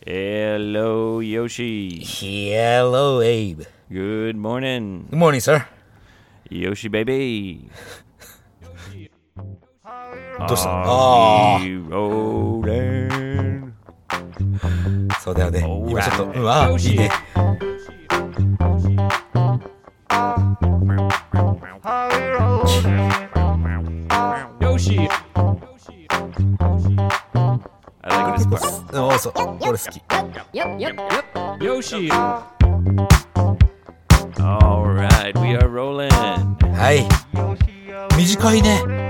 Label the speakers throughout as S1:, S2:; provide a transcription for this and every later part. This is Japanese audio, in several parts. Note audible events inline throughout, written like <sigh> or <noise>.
S1: Hello, Yoshi.
S2: Hello, Abe.
S1: Good morning,
S2: Good morning, sir.
S1: Yoshi baby.
S2: どうしたあ
S1: We rolling.
S2: あ、そうだよね。
S1: お
S2: 今
S1: ら
S2: ちょっと、うん、ああ、いいね。
S1: Yoshi. I like this part.
S2: おお、そう、これ好き。
S3: Yep, yep, yep.
S1: Yoshi. All right, we are rolling.
S2: はい。短いね。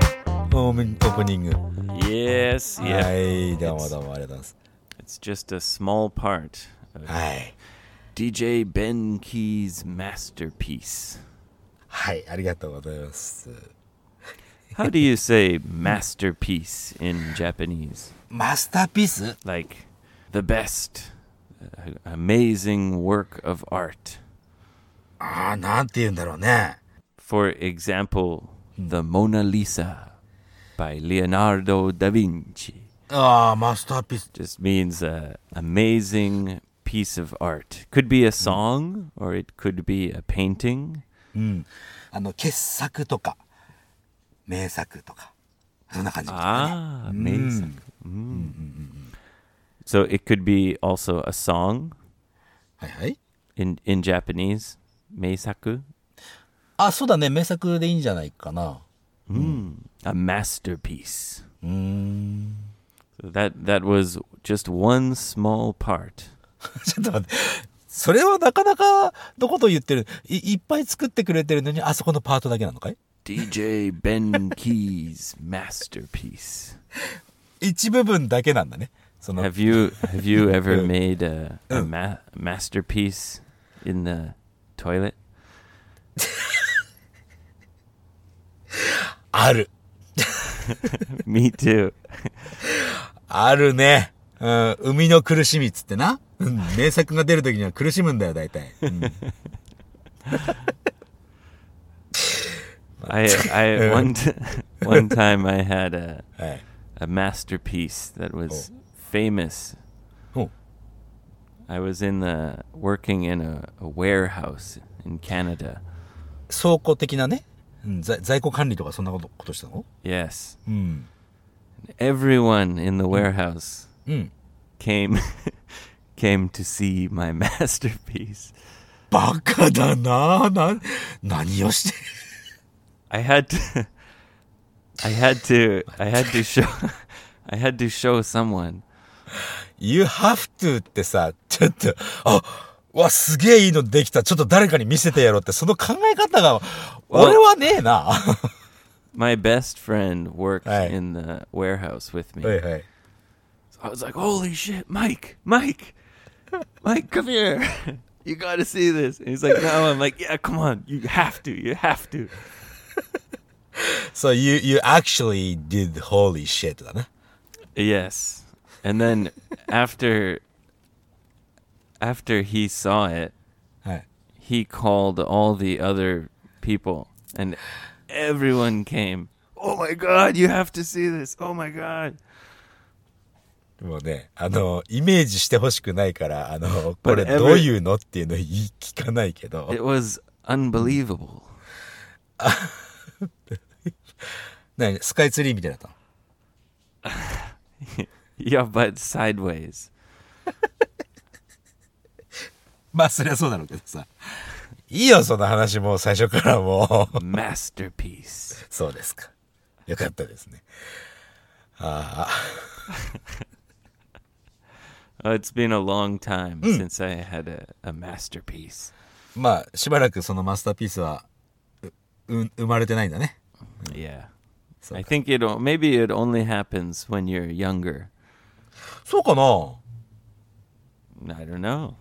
S2: オープニンオープニング。
S1: Yes,
S2: は
S1: yeah.
S2: い、どうもどうもありがとうございます。
S1: It's just a small part of
S2: はい。
S1: DJ Ben Key's masterpiece.
S2: はい、ありがとうございます。
S1: How do you say masterpiece in Japanese?
S2: マスターピース
S1: Like the best, uh, amazing work of art.
S2: ああ、なんて言うんだろうね。
S1: For example, the Mona Lisa by Leonardo da Vinci
S2: ああ、マスターピース。
S1: just means a amazing piece of art. Could be a song or it could be a painting.
S2: あの、傑作とか、名作とか、そんな感じ。
S1: Ah, amazing. Mm. So it could be also a song
S2: はいはい。
S1: in in Japanese, meisaku,
S2: あ、そうだね。名作でいいんじゃないかな。
S1: a masterpiece. So that that was just one small part.
S2: <laughs> ちょっと待って。それはなかなかのことを言ってるい。いっぱい作ってくれてるのに、あそこのパートだけなのかい
S1: DJ Ben Key's masterpiece.
S2: 一部分だけなんだね。その、
S1: Have you have you ever made a, a ma- masterpiece in the toilet?
S2: ある。
S1: <laughs> Me too.
S2: あるね。うん、生みの苦しみっつってな。うん、名作が出るときには苦しむんだよ、大体。うん <laughs>
S1: I I one t- one time I had a
S2: はい。
S1: a masterpiece that was famous.
S2: Oh.
S1: I was in the working in a, a warehouse in Canada.
S2: 倉庫的なね。うん、在在庫管理とかそんなこと、ことしたの
S1: Yes,
S2: うん。
S1: everyone in the warehouse
S2: うん。
S1: came <laughs> came to see my <laughs> masterpiece.
S2: バカだなな、何をして。
S1: I had to <laughs> I had to I had to show <laughs> I had to show someone.
S2: You have to ってさ、ちょっと、あ、わ、すげえいいのできた。ちょっと誰かに見せてやろうって、その考え方が、俺はねえな。 <laughs> は
S1: My best friend worked
S2: Hey.
S1: in the warehouse with me.
S2: はい。
S1: I was like, "Holy shit, Mike, Mike, Mike, come here! <laughs> you got to see this." And he's like, "No," I'm like, "Yeah, come on, you have to, you have to."
S2: So you, you actually did holy shit だな。
S1: Yes. And then after after he saw it,
S2: はい。
S1: he called all the other people, and everyone came. Oh my god, you have to see this! Oh my god!
S2: もうね、あの、イメージしてほしくないから、あ <laughs> の、これ
S1: every-
S2: どういうのっていうの言い聞かないけど、
S1: It was unbelievable.
S2: なスカイツリーみたいだったの
S1: Yeah, but sideways.
S2: まあ、そりゃそうだろうけどさ。いいよ、その話もう最初からもう。
S1: Masterpiece.
S2: そうですか。よかったですね。
S1: Uh, it's been a long time since I had a, a masterpiece.
S2: まあ、しばらくそのマスターピースは、う、う生まれてないんだね。
S1: Yeah.
S2: So
S1: I think it o- maybe it only happens when you're younger.
S2: そうかな
S1: I don't know.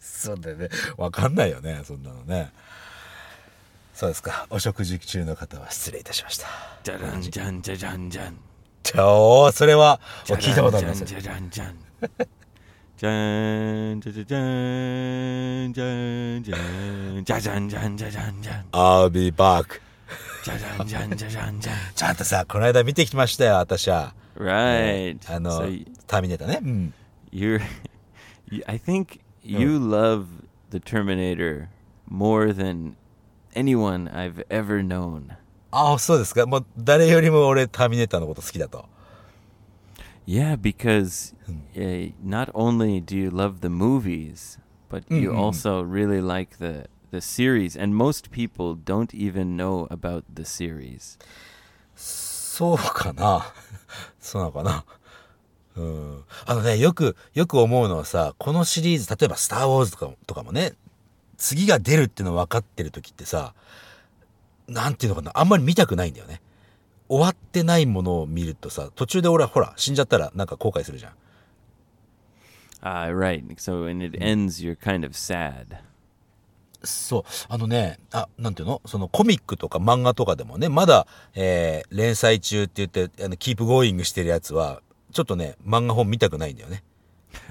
S2: そうだよね。わかんないよね、そんなのね。そうですか。お食事中の方は失礼いたしました。
S1: Dun dun dun dun dun.
S2: ちょー、それは、もう聞いたことありますよ。
S1: Dun dun <laughs> dun dun. Dun dun dun dun dun. Dun dun dun dun dun dun.
S2: I'll be back.
S1: Dun dun dun dun dun.
S2: ちゃんとさ、この間見てきましたよ、私は。
S1: Right.
S2: あの
S1: So y-、
S2: ターミネーターね。うん。
S1: you're you, I think you love the Terminator more than anyone I've ever known.
S2: ああ、そうですか。もう誰よりも俺、ターミネーターのこと好きだと。
S1: Yeah, because uh, not only do you love the movies, but you
S2: Mm, mm, mm.
S1: also really like the the series and most people don't even know about the series.
S2: そうかな。 <laughs> そうなのかな。うん。あのね、よく、よく思うのはさ、このシリーズ、例えばスターウォーズとかもとかもね、次が出るっての分かってる時ってさ、なんていうのかな、あんまり見たくないんだよね。終わってないものを見るとさ、途中で俺はほら、死んじゃったらなんか後悔するじゃん。
S1: Ah, right. So when it ends, you're kind of sad.
S2: そう。あのね、あ、なんていうのそのコミックとか漫画とかでもね、まだ、えー、連載中って言って、あの、キープゴーイングしてるやつは、ちょっとね、漫画本見たくないんだよね。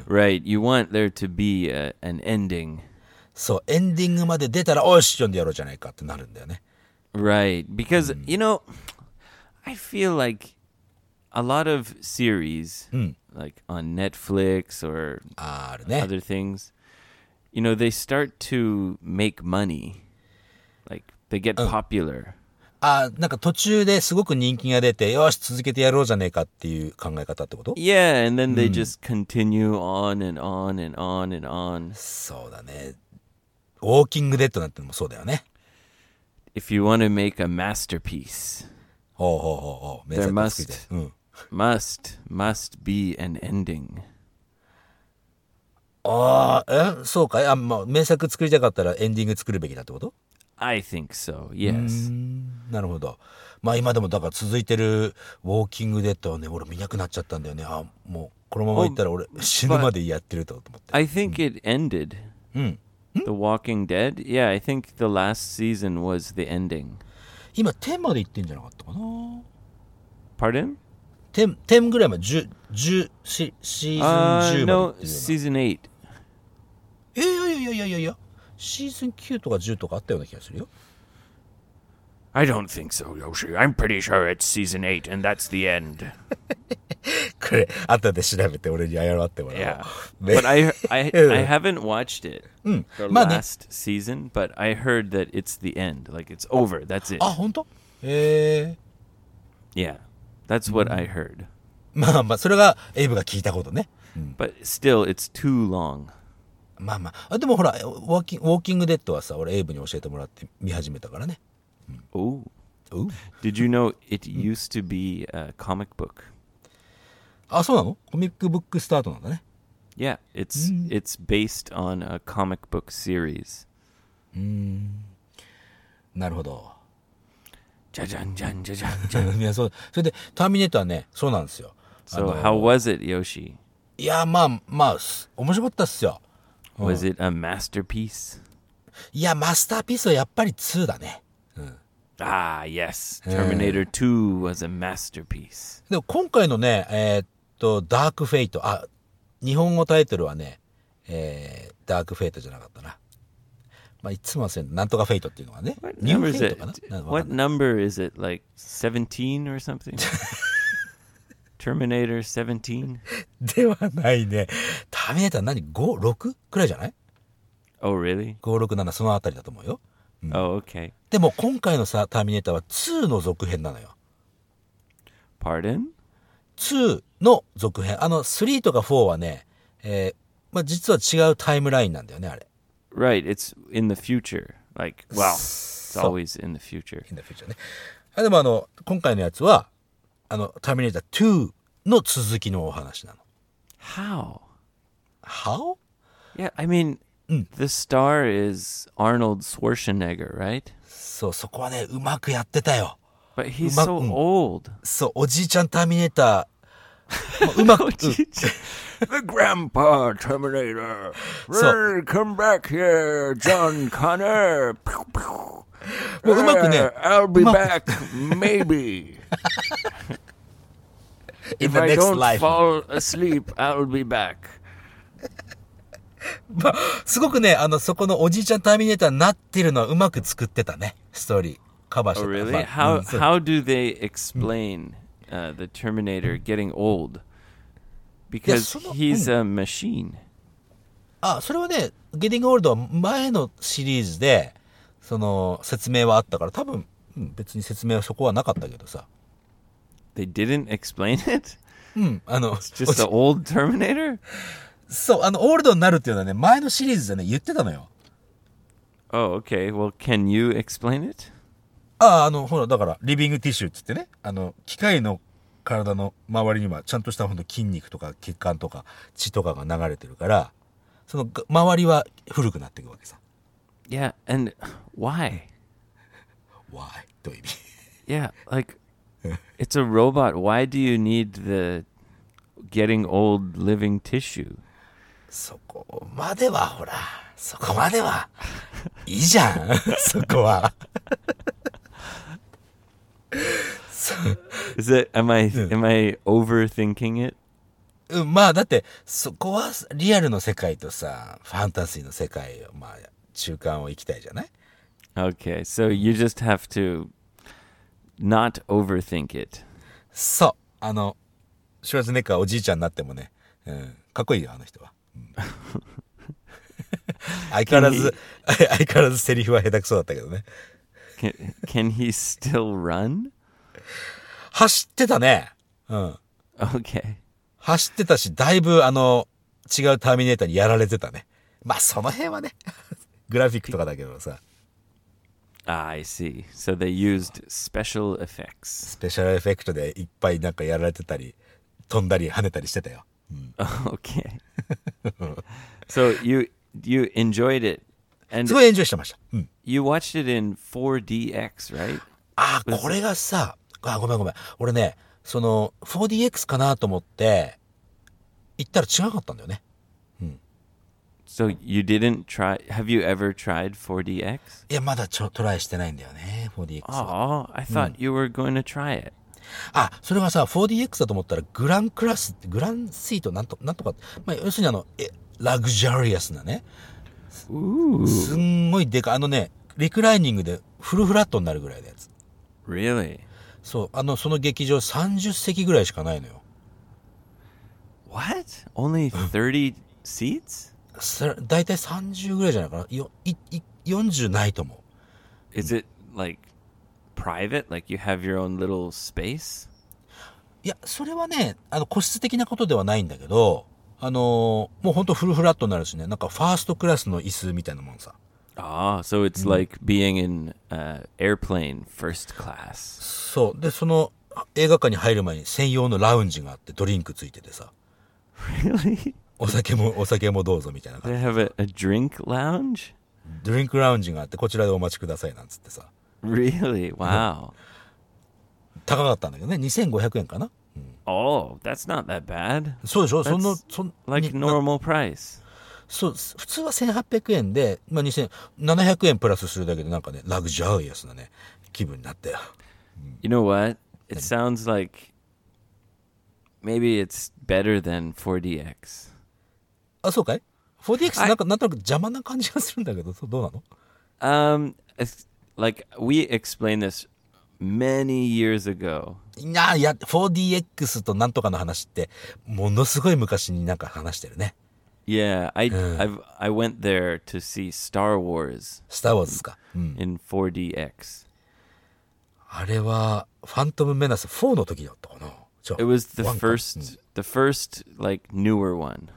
S1: Right. You want there to be a, an ending.
S2: そう、エンディングまで出たら、おし、読んでやろうじゃないかってなるんだよね。
S1: Right. Because, you know, I feel like a lot of series, like on Netflix or
S2: あーあるね。
S1: other things, you know, they start to make money. Like they get popular.
S2: あーなんか途中ですごく人気が出て、よし、続けてやろうじゃねえかっていう考え方ってこと
S1: Yeah. And then they just continue on and on and on and on.
S2: そうだね。ウォーキングデッドなんてのもそうだよね。
S1: If you want to make a masterpiece,
S2: ほうほうほうほう。名作を作りたい
S1: must.
S2: うん。
S1: must, must be an ending.
S2: ああ、えそうかいあ、まあ、名作作りたかったらエンディング作るべきだってこと
S1: I think so. Yes.
S2: Hmm. なるほど。まあ今でもだから続いてるウォーキングデッドはね、俺見なくなっちゃったんだよね。あもうこのままいったら俺死ぬまでやってると思って。
S1: I think it ended. The Walking Dead. Yeah, I think the last season was the ending.
S2: 今10まで行ってんじゃなかったかな
S1: Pardon?
S2: 10, 10ぐらいまで、10、10シ、シー
S1: Uh,
S2: ズン10まで行
S1: no,
S2: ってるような
S1: season eight.
S2: えいやいやいやいやいや、シーズン9とか10とかあったような気がするよ。
S1: I don't think so, Yoshi. I'm pretty sure it's season eight, and that's the end.
S2: これ、後で調べて俺に謝ってもらおう。
S1: Yeah,
S2: ね
S1: but I
S2: <laughs>
S1: I I
S2: Yeah.
S1: haven't watched it. The
S2: Money.
S1: last season, but I heard that it's the end. Like it's over. That's it.
S2: あ、本当？ええ
S1: Yeah, that's what I heard.
S2: まあまあ、それがエイブが聞いたことね。
S1: But still, it's too long.
S2: まあまあ。あでもほら、ウォーキンウォーキングデッドはさ、俺エイブに教えてもらって見始めたからね。
S1: Oh,
S2: う
S1: did you know it used to be a comic book?
S2: あ、そうなのコミックブックスタートなんだね。
S1: Yeah, it's it's based on a comic book series.
S2: なるほど。
S1: Jajan, jan, jajan, jajan.
S2: <laughs> いや、そう。それで、ターミネーターね、そうなんですよ。
S1: So how was it, Yoshi?
S2: いや、まあまあ、す面白かったっすよ。
S1: Was it a masterpiece?
S2: いや、マスターピースはやっぱり2だね。
S1: Ah, yes. Terminator 2 was a masterpiece.
S2: でも今回のね、えーっと、ダークフェイト、あ、日本語タイトルはね、えー、ダークフェイトじゃなかったな。まあ、いつも忘れんなんとかフェイトっていうのがね。
S1: What
S2: ニュ
S1: number
S2: ーフ
S1: is
S2: ェイト
S1: it?
S2: かななんかわか
S1: What
S2: んない
S1: number is it? Like 17 or something? Terminator 17?
S2: ではないね。ターミネーター何 ?5、6? くらいじゃない
S1: Oh, really?
S2: ?5、6、7、そのあたりだと思うよ。
S1: Oh, okay.
S2: でも今回のさ、ターミネーターは2の続編なのよ。
S1: Pardon?
S2: 2の続編。あの、3とか4はね、えー、まあ、実は違うタイムラインなんだよね、あれ。
S1: Right, it's in the future. Like, wow. It's
S2: So-
S1: always in the future.
S2: in the future ね。あでもあの、今回のやつは、あの、ターミネーター2の続きのお話なの。
S1: How?
S2: How?
S1: Yeah, I mean, the star is Arnold Schwarzenegger, right?
S2: そう、そこはね、うまくやってたよ。
S1: But he's
S2: Ma-
S1: so
S2: mm.
S1: old.
S2: そう、おじいちゃんターミネータ
S1: <laughs>
S2: ー、まあうまく、うん
S1: the grandpa Terminator.
S2: So-
S1: come back here, John Connor. Uh,
S2: もううま
S1: <laughs>
S2: くね、
S1: I'll be
S2: うまく
S1: back, maybe.
S2: <laughs> in the next life.
S1: fall asleep, I'll be back.
S2: まあすごくね、あの、そこのおじいちゃんターミネーターになってるのはうまく作ってたね、ストーリー。カバーして
S1: Oh,
S2: た。
S1: really?
S2: まあ
S1: How
S2: うんそう
S1: how do they explain uh, the Terminator getting old? because
S2: その
S1: he's a machine.
S2: あ、それはね、ゲティングオールドは前のシリーズで、その、説明はあったから、多分、うん別に説明はそこはなかったけどさ。
S1: They didn't explain <laughs> it.
S2: うん、あの、
S1: It's just an old Terminator.
S2: そう、あの、オールドになるっていうのはね、前のシリーズでね、言ってたのよ。
S1: Oh, okay. Well, can you explain it?
S2: ああ、あの、ほら、だから、リビングティッシュって言ってね、あの、機械の体の周りには、ちゃんとしたほんと筋肉とか血管とか血とかが流れてるから、その、が周りは古くなっていくわけさ。
S1: Yeah, and why?
S2: Why? どういう意味
S1: Yeah, like it's a robot. Why do you need the getting old living tissue?
S2: そこまでは、ほら、そこまでは、いいじゃん、 <laughs> そこは。
S1: Is it am I am I overthinking it?
S2: うん、まあ、だって、そこは、リアルの世界とさ、ファンタジーの世界を、まあ、中間を行きたいじゃない
S1: Okay, so you just have to not overthink it.
S2: そう。あの、シュワルツェネッカーおじいちゃんになってもね、うん、かっこいいよ、あの人は。うん相変わらず、相変わらずセリフは下手くそだったけどね。
S1: Can, can he still run?
S2: 走ってたね。うん。
S1: Okay.
S2: 走ってたし、だいぶ、あの、違うターミネーターにやられてたね。まあ、その辺はね、 <laughs> グラフィックとかだけどさ、
S1: Ah, I see. So they used special effects. <laughs>
S2: スペシャルエフェクトでいっぱいなんかやられてたり、飛んだり跳ねたりしてたよ。
S1: Okay. so you you enjoyed it, and
S2: すごいエンジョイしてました。うん。
S1: you watched it in 4DX, right?
S2: ああ、これがさ、あごめんごめん。俺ね、その、4DX かなと思って、行ったら違かったんだよね。
S1: So you didn't try? Have you ever tried 4DX?
S2: いや、まだちょ、トライしてないんだよね、4DX は。
S1: Oh, I thought you were going to try it.
S2: あ、それがさ、4DX だと思ったら、グランクラス、グランスイート、なんと、なんとか、まあ、要するにあの、え、ラグジュアリアスなね。
S1: Ooh,
S2: すんごいでかい、あのね、リクライニングでフルフラットになるぐらいのやつ。
S1: really?
S2: そう、あの、その劇場30席ぐらいしかないのよ。
S1: What? Only 30 seats?
S2: さ大体30ぐらいじゃないかな。よ、い、い、40ないと思う。
S1: Is it like private? Like you have your own little space?
S2: いや、それはね、あの、個室的なことではないんだけど、あのーもうほんとフルフラットになるしね、なんかファーストクラスの椅子みたいなもんさ。
S1: Ah, so it's like being in uh, airplane first class.
S2: そう。で、そのあ映画館に入る前に専用のラウンジがあってドリンクついててさ、
S1: <laughs> Really?
S2: お酒も、お酒もどうぞみたいな感
S1: They have a, a drink lounge?
S2: じ。ドリンクラウンジがあってこちらでお待ちくださいなんつってさ、
S1: Really? <laughs> Wow.
S2: 高かったんだけどね、2500円かな
S1: Oh, that's not that bad.
S2: そうでしょその、
S1: That's
S2: そん
S1: Like
S2: に
S1: normal price.
S2: そう、す普通は1800円で、まあ、2700円プラスするだけでなんかね、ラグジュアリアスなね、気分になったよ。
S1: You know what? It sounds like maybe it's better than 4DX.
S2: あ、そうかい ?4DX
S1: はい
S2: なんか、なんとなく邪魔な感じがするんだけど、そうどうなの
S1: Um, it's, like we explained this many years ago.
S2: いや、いや、4DX となんとかの話って、ものすごい昔になんか話してるね。
S1: Yeah, I I've, I went there to see Star Wars
S2: スター・ウォーズですか。うん。
S1: in 4DX.
S2: あれは、ファントム・メナス4の時だったかな。ちょ
S1: It was the
S2: ワンか
S1: first the first like newer one.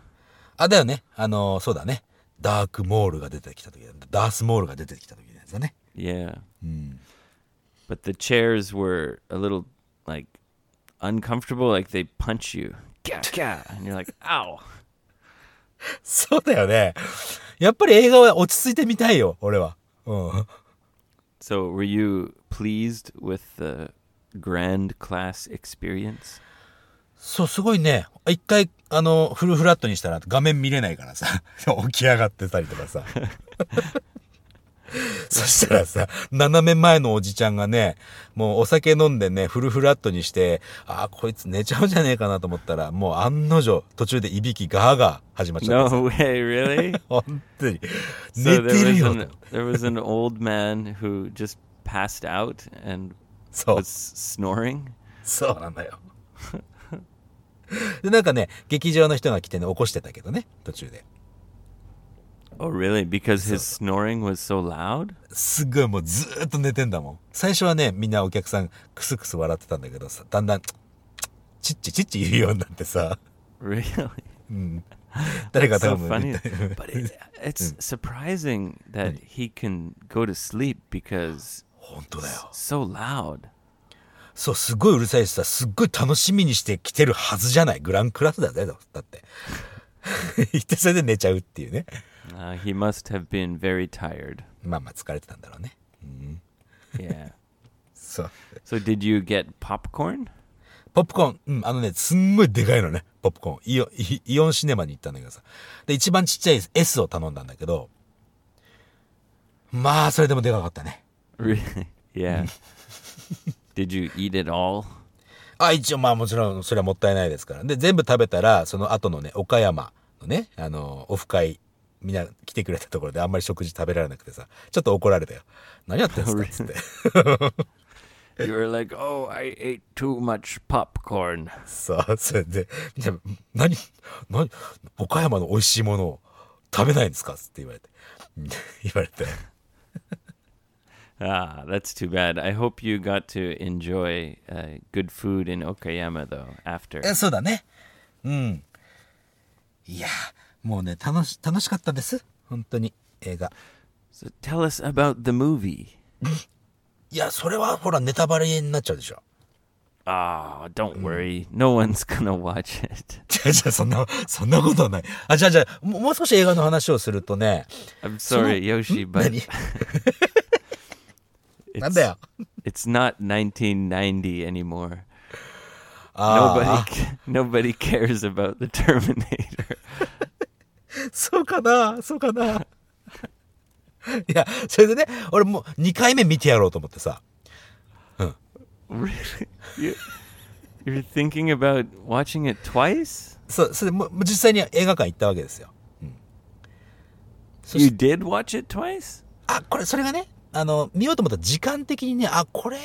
S2: あ、だよね。あのーそうだね。ダーク・モールが出てきた時だダース・モールが出てきた時のやつだね。
S1: Yeah. But the chairs were a little like uncomfortable like they punch you. Gah, gah, and you're like, "Ow."
S2: そうだよね。やっぱり映画は落ち着いてみたいよ、俺は。うん。
S1: So, were you pleased with the grand class experience?
S2: そう、すごいね。一回、あの、フルフラットにしたら画面見れないからさ、 <laughs> 起き上がってたりとかさ。 <laughs> そしたらさ、斜め前のおじちゃんがね、もうお酒飲んでね、フルフラットにして、ああ、こいつ寝ちゃうんじゃねえかなと思ったら、もう案の定、途中でいびきガーガー始まっちゃった。
S1: <laughs> No way, really?
S2: 本当に。
S1: <laughs> so
S2: 寝
S1: there
S2: て
S1: was
S2: るよ
S1: an。there was an old man who just passed out and
S2: そう
S1: was。snoring.
S2: そうなんだよ。 <laughs> で、なんかね、劇場の人が来てね、起こしてたけどね、途中で。
S1: Oh, really? Because his snoring was so loud? <laughs>
S2: すっごいもうずーっと寝てんだもん。最初はね、みんなお客さんクスクス笑ってたんだけどさ、だんだん、チッチッチッチッチ言うようになってさ、
S1: Really?
S2: うん。誰か
S1: That's
S2: 多
S1: so
S2: 分
S1: funny.
S2: 言った <laughs>
S1: but it, it's surprising that he can go to sleep because
S2: 本当だよ。
S1: so loud.
S2: そう、すごいうるさいしさ、すっごい楽しみにして来てるはずじゃない。グランクラスだぜ、だって。 <laughs> 言ってそれで寝ちゃうっていうね。
S1: Uh, he must have been very tired.
S2: まあまあ疲れてたんだろうね。
S1: Yeah.
S2: そう。
S1: <laughs> so did you get popcorn?
S2: ポップコーン、うん、あのね、すんごいでかいのね、ポップコーン。イオイイオンシネマに行ったんだけどさ。で、一番ちっちゃい S を頼んだんだけど、まあ、それでもでかかったね。
S1: <laughs> Really? <laughs> Yeah. did you eat it all?
S2: あ、一応まあもちろんそれはもったいないですから。で、全部食べたら、その後のね、岡山のね、あの、オフ会、みんな来てくれたところであんまり食事食べられなくてさ、ちょっと怒られたよ。何やってんすかっつって。
S1: You were like, "Oh, I ate too much popcorn."
S2: そう、それで、みんな、何、何、岡山の美味しいものを食べないんですかっつって言われて。 <laughs> うん言われて。
S1: Ah, that's too bad. I hope you got to enjoy uh, good food in Okayama though after.
S2: え、そうだね。うん。いや、もうね、楽し、楽しかったです。本当に、映画。
S1: So tell us about the movie.
S2: いや、それはほら、ネタバレになっちゃうでしょ。
S1: Ah, don't worry. No one's <laughs> gonna watch it.
S2: じゃあ、じゃあ、そんな、そんなことはない。あ、じゃあ、じゃあ、もうもう少し映画の話をするとね、
S1: I'm sorry, Yoshi, but
S2: 何なん
S1: it's,
S2: だよ。
S1: it's not 1990 anymore.
S2: あ
S1: <laughs> Nobody, ca- nobody cares about the Terminator. <laughs>
S2: あ、そうかな、そうかな。いや、それでね、俺もう2回目見てやろうと思ってさ。
S1: really? You, you're thinking about watching it twice?
S2: そう、それでもうもう実際に映画館行ったわけですよ。
S1: You did watch it twice?
S2: あ、これ、それがね、あの、見ようと思ったら時間的にね、あ、これ、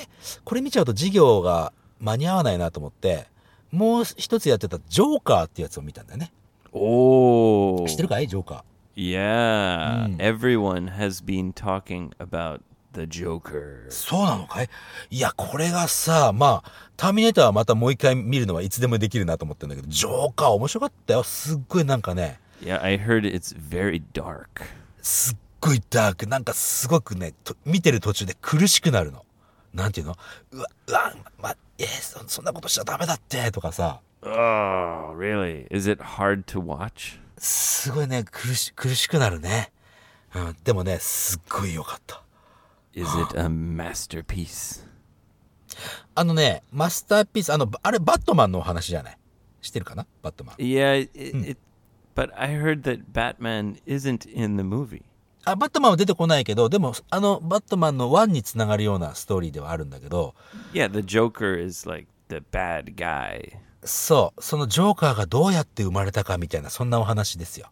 S2: これ見ちゃうと授業が間に合わないなと思って、もう一つやってたジョーカーってやつを見たんだよね。
S1: Oh.
S2: 知ってるかいジョーカー。
S1: Yeah. Everyone has been talking about the Joker.
S2: そうなのかいいや、これがさ、まあ、ターミネーターはまたもう一回見るのはいつでもできるなと思ってんだけど、ジョーカー面白かったよ。すっごいなんかね、
S1: Yeah, I heard it's very dark.
S2: すっごいダーク、なんかすごくね、と見てる途中で苦しくなるの。なんていうのうわ、うわ、ま、えーそ、そんなことしちゃダメだって、とかさ、
S1: Oh, really? Is it hard to watch?
S2: すごいね、苦し、苦しくなるね。うん、でもね、すっごい良かった。
S1: Is it a masterpiece?
S2: あのね、マスターピース、あの、あれ、バットマンのお話じゃない知ってるかなバットマン。
S1: Yeah, it, it but I heard that Batman isn't in the movie.
S2: あ、バットマンは出てこないけど、でも、あの、バットマンの1につながるようなストーリーではあるんだけど、
S1: Yeah, the Joker is like the bad guy.
S2: そう、そのジョーカーがどうやって生まれたかみたいな、そんなお話ですよ。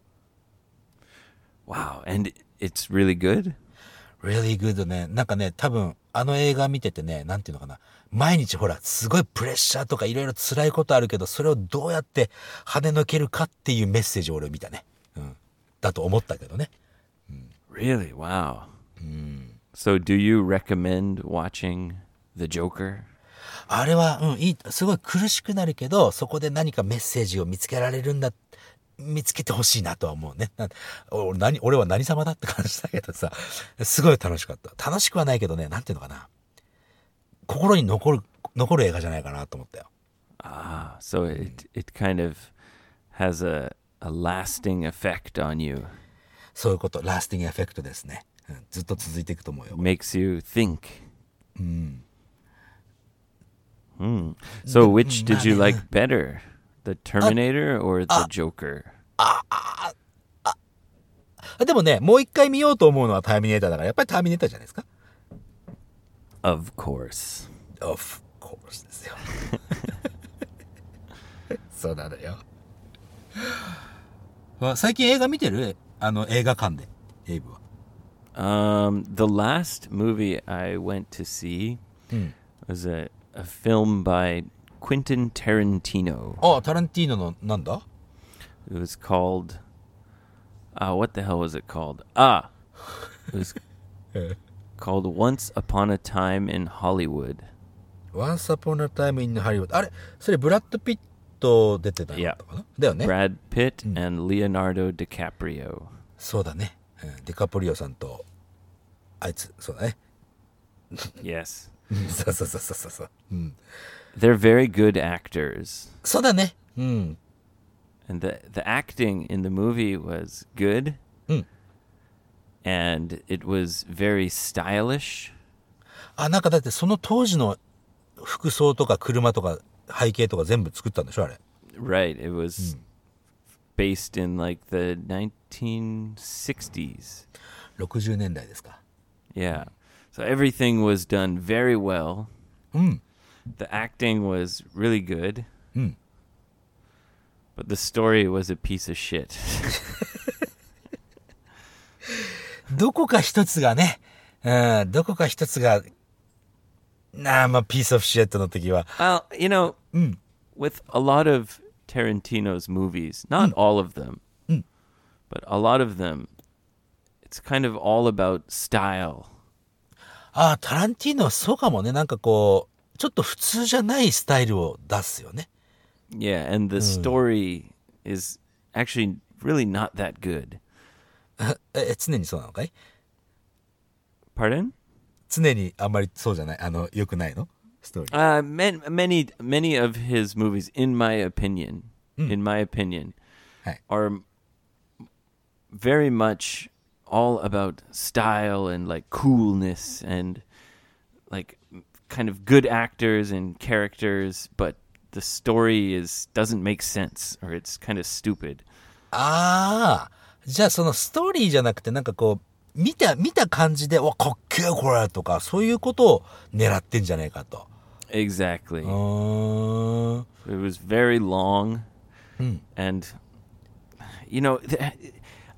S1: Wow, and it's really good?
S2: Really good ね。なんかね、多分、あの映画見ててね、なんていうのかな。毎日ほら、すごいプレッシャーとかいろいろ辛いことあるけど、それをどうやって跳ねのけるかっていうメッセージを俺見たね。うん。だと思ったけどね。
S1: Really? Wow. Hmm. So do you recommend watching The Joker?
S2: あれは、うん、いい、すごい苦しくなるけど、そこで何かメッセージを見つけられるんだ、見つけてほしいなとは思うね。な俺何、俺は何様だって感じだけどさ、すごい楽しかった。楽しくはないけどね、なんていうのかな。心に残る、残る映画じゃないかなと思ったよ。
S1: Ah, so it it kind of has a a lasting effect on you.
S2: そういうこと、ラスティングエフェクトですね。うん、ずっと続いていくと思うよ。
S1: Makes you think. Hmm. So which did you <laughs> like better? The Terminator or the Joker?
S2: あでもね、もう一回見ようと思うのはターミネーターだから、やっぱりターミネーターじゃないですか。
S1: Of course.
S2: Of course ですよ。 <laughs> そうなのよ。わ最近映画見てるあの映画館で、エイブは。
S1: Um, the Hmm. last movie I went to see was a, a film by Quentin Tarantino.
S2: ああ、タランティーノのなんだ
S1: It was called. Uh, what the hell was it called? Ah, it <laughs> was called Once Upon a Time in Hollywood.
S2: ?Once Upon a Time in Hollywood。あれそれブラッド・ピット出てたの
S1: いや
S2: かなだよね。
S1: Brad Pitt and Leonardo DiCaprio.
S2: そうだね。うんディカプリオさんと、あいつ、そうだね。
S1: Yes,
S2: <laughs> そうそうそうそうそう。うん、
S1: they're very good actors,
S2: そうだね。うん。
S1: and the the acting in the movie was good,
S2: うん。
S1: and it was very stylish.
S2: あ、なんかだってその当時の服装とか車とか背景とか全部作ったんでしょあれ。
S1: Right, it was based in like the 1960s.
S2: 60年代ですか。
S1: Yeah. So everything was done very well.
S2: うん。
S1: The acting was really good,
S2: うん。
S1: but the story was a piece of shit. <laughs>
S2: どこか一つがね、うん、どこか一つが、なあ、まあ、ピースオフシエットの時は、
S1: well, you know,
S2: Mm.
S1: with a lot of Tarantino's movies, not all of them,
S2: Mm.
S1: but a lot of them, it's kind of all about style.
S2: ああ、タランティーノはそうかもね、なんかこう、ちょっと普通じゃないスタイルを出すよね。
S1: Yeah, and the story is actually really not that good.
S2: え、え常にそうなのかい
S1: Pardon?
S2: 常にあんまりそうじゃない、あの、良くないのストーリ
S1: Uh,
S2: ー。
S1: man, many many of his movies, in my opinion, in my opinion,
S2: Hey.
S1: are m- very much all about style and like coolness and like m- kind of good actors and characters, but the story is doesn't make sense or it's kind of stupid.
S2: ああ、じゃあそのストーリーじゃなくてなんかこう、見た、見た感じで、わ、かっけえこれとか、そういうことを狙ってんじゃないかと。
S1: Exactly.
S2: うーん。
S1: It was very long, and you know, th-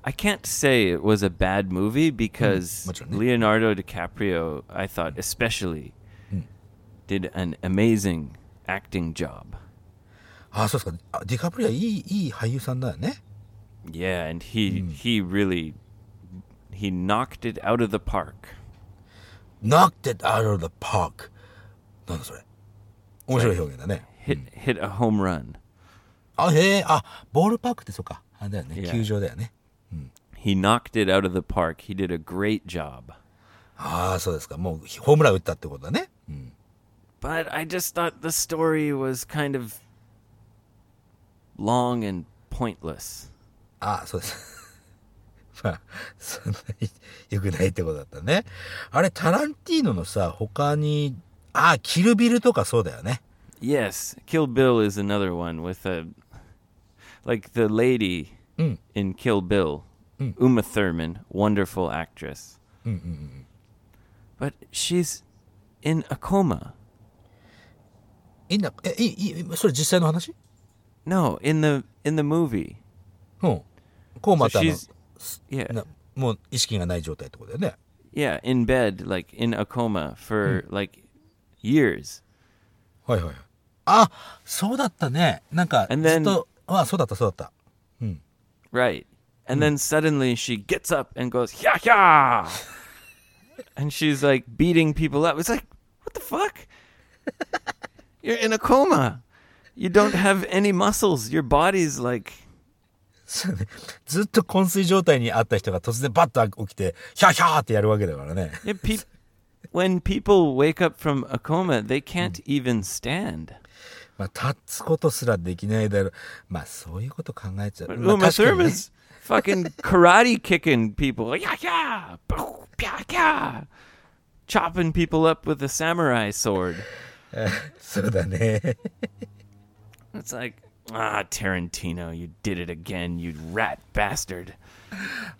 S1: I can't say it was a bad movie because
S2: much on it.
S1: Leonardo DiCaprio, I thought especially, did an amazing acting job.
S2: ああ、そうですか。あディカプリオはいい、いい俳優さんだよね。
S1: Yeah, and he he really he knocked it out of the park.
S2: knocked it out of the park. なんだそれ。面白い表現だね。
S1: Hit hit a home run.
S2: あ、へえ、あ、ボールパークってそうか。あれだよね。
S1: Yeah.
S2: 球場だよね。
S1: He knocked it out of the park. He did a great job.
S2: ああ、そうですか。もうホームラン打ったってことだね。うん。
S1: But I just thought the story was kind of long and pointless.
S2: ああ、そうです。 <laughs> まあ、そんなに良くないってことだったね。あれ、タランティーノのさ、他に、ああ、キルビルとかそうだよね。
S1: Yes, Kill Bill is another one with a like the lady
S2: Mm.
S1: in Kill Bill, Uma Thurman, wonderful actress. But she's in a coma.
S2: いいんだ、え、いい、いい、それ実際の話
S1: No, in the in the movie.
S2: うん。こうま
S1: So
S2: たあの、
S1: she's yeah.
S2: なもう意識がない状態ってことだよね。
S1: Yeah, in bed like in a coma for like years.
S2: はいはいはい。あ、そうだったね。なんか、ず
S1: And then-
S2: っと、あ、そうだった、そうだった。
S1: Right. And then suddenly she gets up and goes, "Yeah, yeah," and she's like beating people up. It's like, what the fuck? You're in a coma. You don't have any muscles. Your body's like,
S2: そうねずっと昏睡状態にあった人が突然バッと起きて、ヒャーヒャーってやるわけだからね。
S1: Yeah, pe- when people wake up from a coma, they can't even stand.
S2: まあ、立つことすらできないだろう。まあ、そういうこと考えちゃう。
S1: But
S2: まあ
S1: Uma
S2: 確かに
S1: Thurman's
S2: ね
S1: fucking karate kicking people. Yeah, yeah, Bow, yeah, yeah, chopping people up with a samurai sword.
S2: そうだね。 <laughs>
S1: It's like, ah, Tarantino, you did it again, you rat bastard.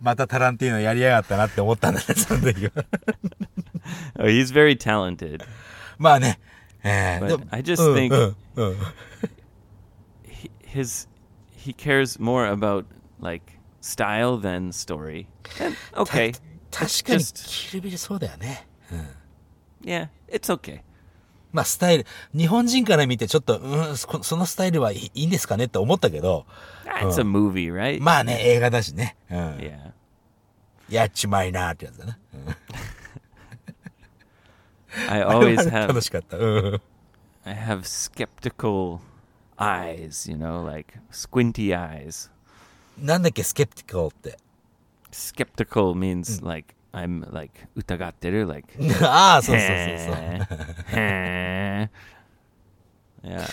S2: またタランティーノやりやがったなって思ったんだね、その時は。
S1: Oh, he's very talented.
S2: <laughs> まあね。えー
S1: But
S2: でも
S1: I just
S2: うん
S1: think-
S2: うんうん
S1: He, his he cares more about like style than story. And okay,
S2: 確かに、
S1: Just-
S2: キルビルそうだよね。
S1: yeah, it's okay.
S2: まあスタイル、日本人から見てちょっと、うん、そこそのスタイルはいいいいんですかねって思ったけど、
S1: It's a movie, right?
S2: まあね、映画だしね。うん。
S1: yeah.
S2: やっちまいなーってやつだな。うん
S1: I
S2: <laughs>
S1: always
S2: 楽
S1: have
S2: しかった。うん。
S1: I have skeptical eyes, you know, like squinty eyes.
S2: なんだっけ、スケプティカルって。 <laughs>
S1: Skeptical means like I'm like utagateru, like <laughs>
S2: ああ、そうそうそうそう。
S1: yeah.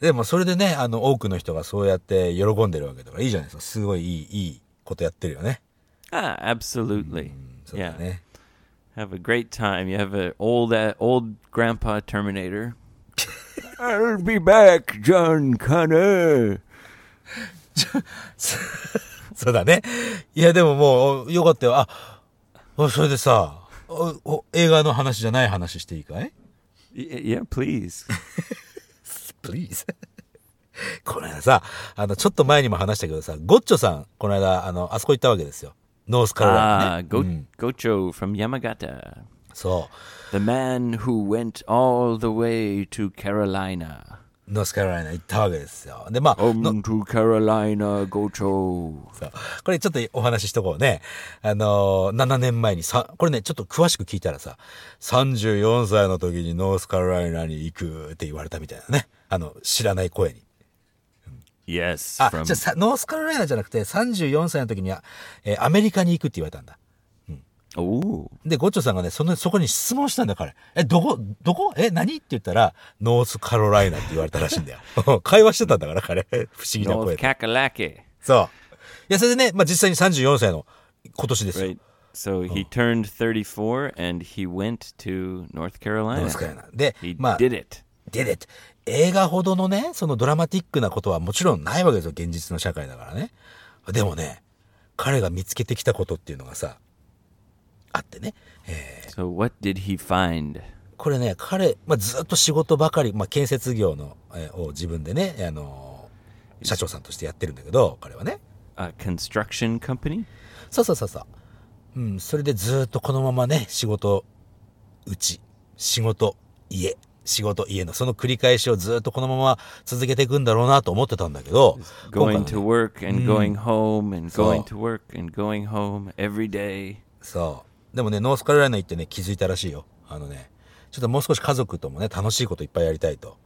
S2: でもそれでね、あの、多くの人がそうやって喜んでるわけだから、いいじゃないですか。すごいいい、いいことやってるよね。
S1: Ah, absolutely.
S2: そうだ
S1: yeah.
S2: ね。
S1: Have a great time. You have an old uh, old grandpa Terminator. <laughs> I'll be back, John Connor.
S2: そうだね。いや、でももう、よかったよ。あ、おそれでさ、おお映画の話じゃない話していいかい
S1: Y- yeah, <laughs> please.
S2: ?please. <laughs> この間さ、あの、ちょっと前にも話したけどさ、ゴッチョさん、この間、あの、あそこ行ったわけですよ。ノースカロライナ
S1: Ah,
S2: ね。
S1: Go- Gocho from Yamagata.
S2: そ
S1: The man who went all the way to Carolina.
S2: う。ノースカロライナ行ったわけですよ。で、まあ、の
S1: Home to Carolina, Gocho.
S2: そうこれちょっとお話ししとこうね。あのー、7年前にさ、これね、ちょっと詳しく聞いたらさ、34歳の時にノースカロライナに行くって言われたみたいなね。あの、知らない声に。
S1: Yes,
S2: あ、
S1: from
S2: じゃあさノースカロライナじゃなくて34歳の時には、えーアメリカに行くって言われたんだ。
S1: oh,
S2: で、ゴッチョさんがね、その、そこに質問したんだ、彼。え、どこ、どこえ、何って言ったら、ノースカロライナって言われたらしいんだよ。 <laughs> 会話してたんだから、彼。不思議な
S1: North
S2: 声で。
S1: Kakalaki.
S2: そう。いや、それでね、まあ、実際に34歳の今年ですよ。
S1: Right. Oh. So he turned 34 and he went to North
S2: ノ
S1: Carolina.
S2: ースカロライナ。で
S1: He、
S2: まあ、
S1: did it.
S2: でで、映画ほどのね、そのドラマティックなことはもちろんないわけですよ、現実の社会だからね。でもね、彼が見つけてきたことっていうのがさ、あってね。
S1: So what did he find?
S2: これね、彼、まあ、ずっと仕事ばかり、まあ、建設業の、えーを自分でね、あのー社長さんとしてやってるんだけど、彼はね。
S1: A construction company?
S2: そうそうそうそう。うん、それでずっとこのままね、仕事、うち、仕事、家、仕事、家のその繰り返しをずっとこのまま続けていくんだろうなと思ってたんだけど、今回
S1: Going
S2: ね
S1: to work and going home and going
S2: So-
S1: to work and going home every day.
S2: そう。でもね、ノースカロライナ行ってね、気づいたらしいよ。あのね、ちょっともう少し家族ともね、楽しいこといっぱいやりたいと。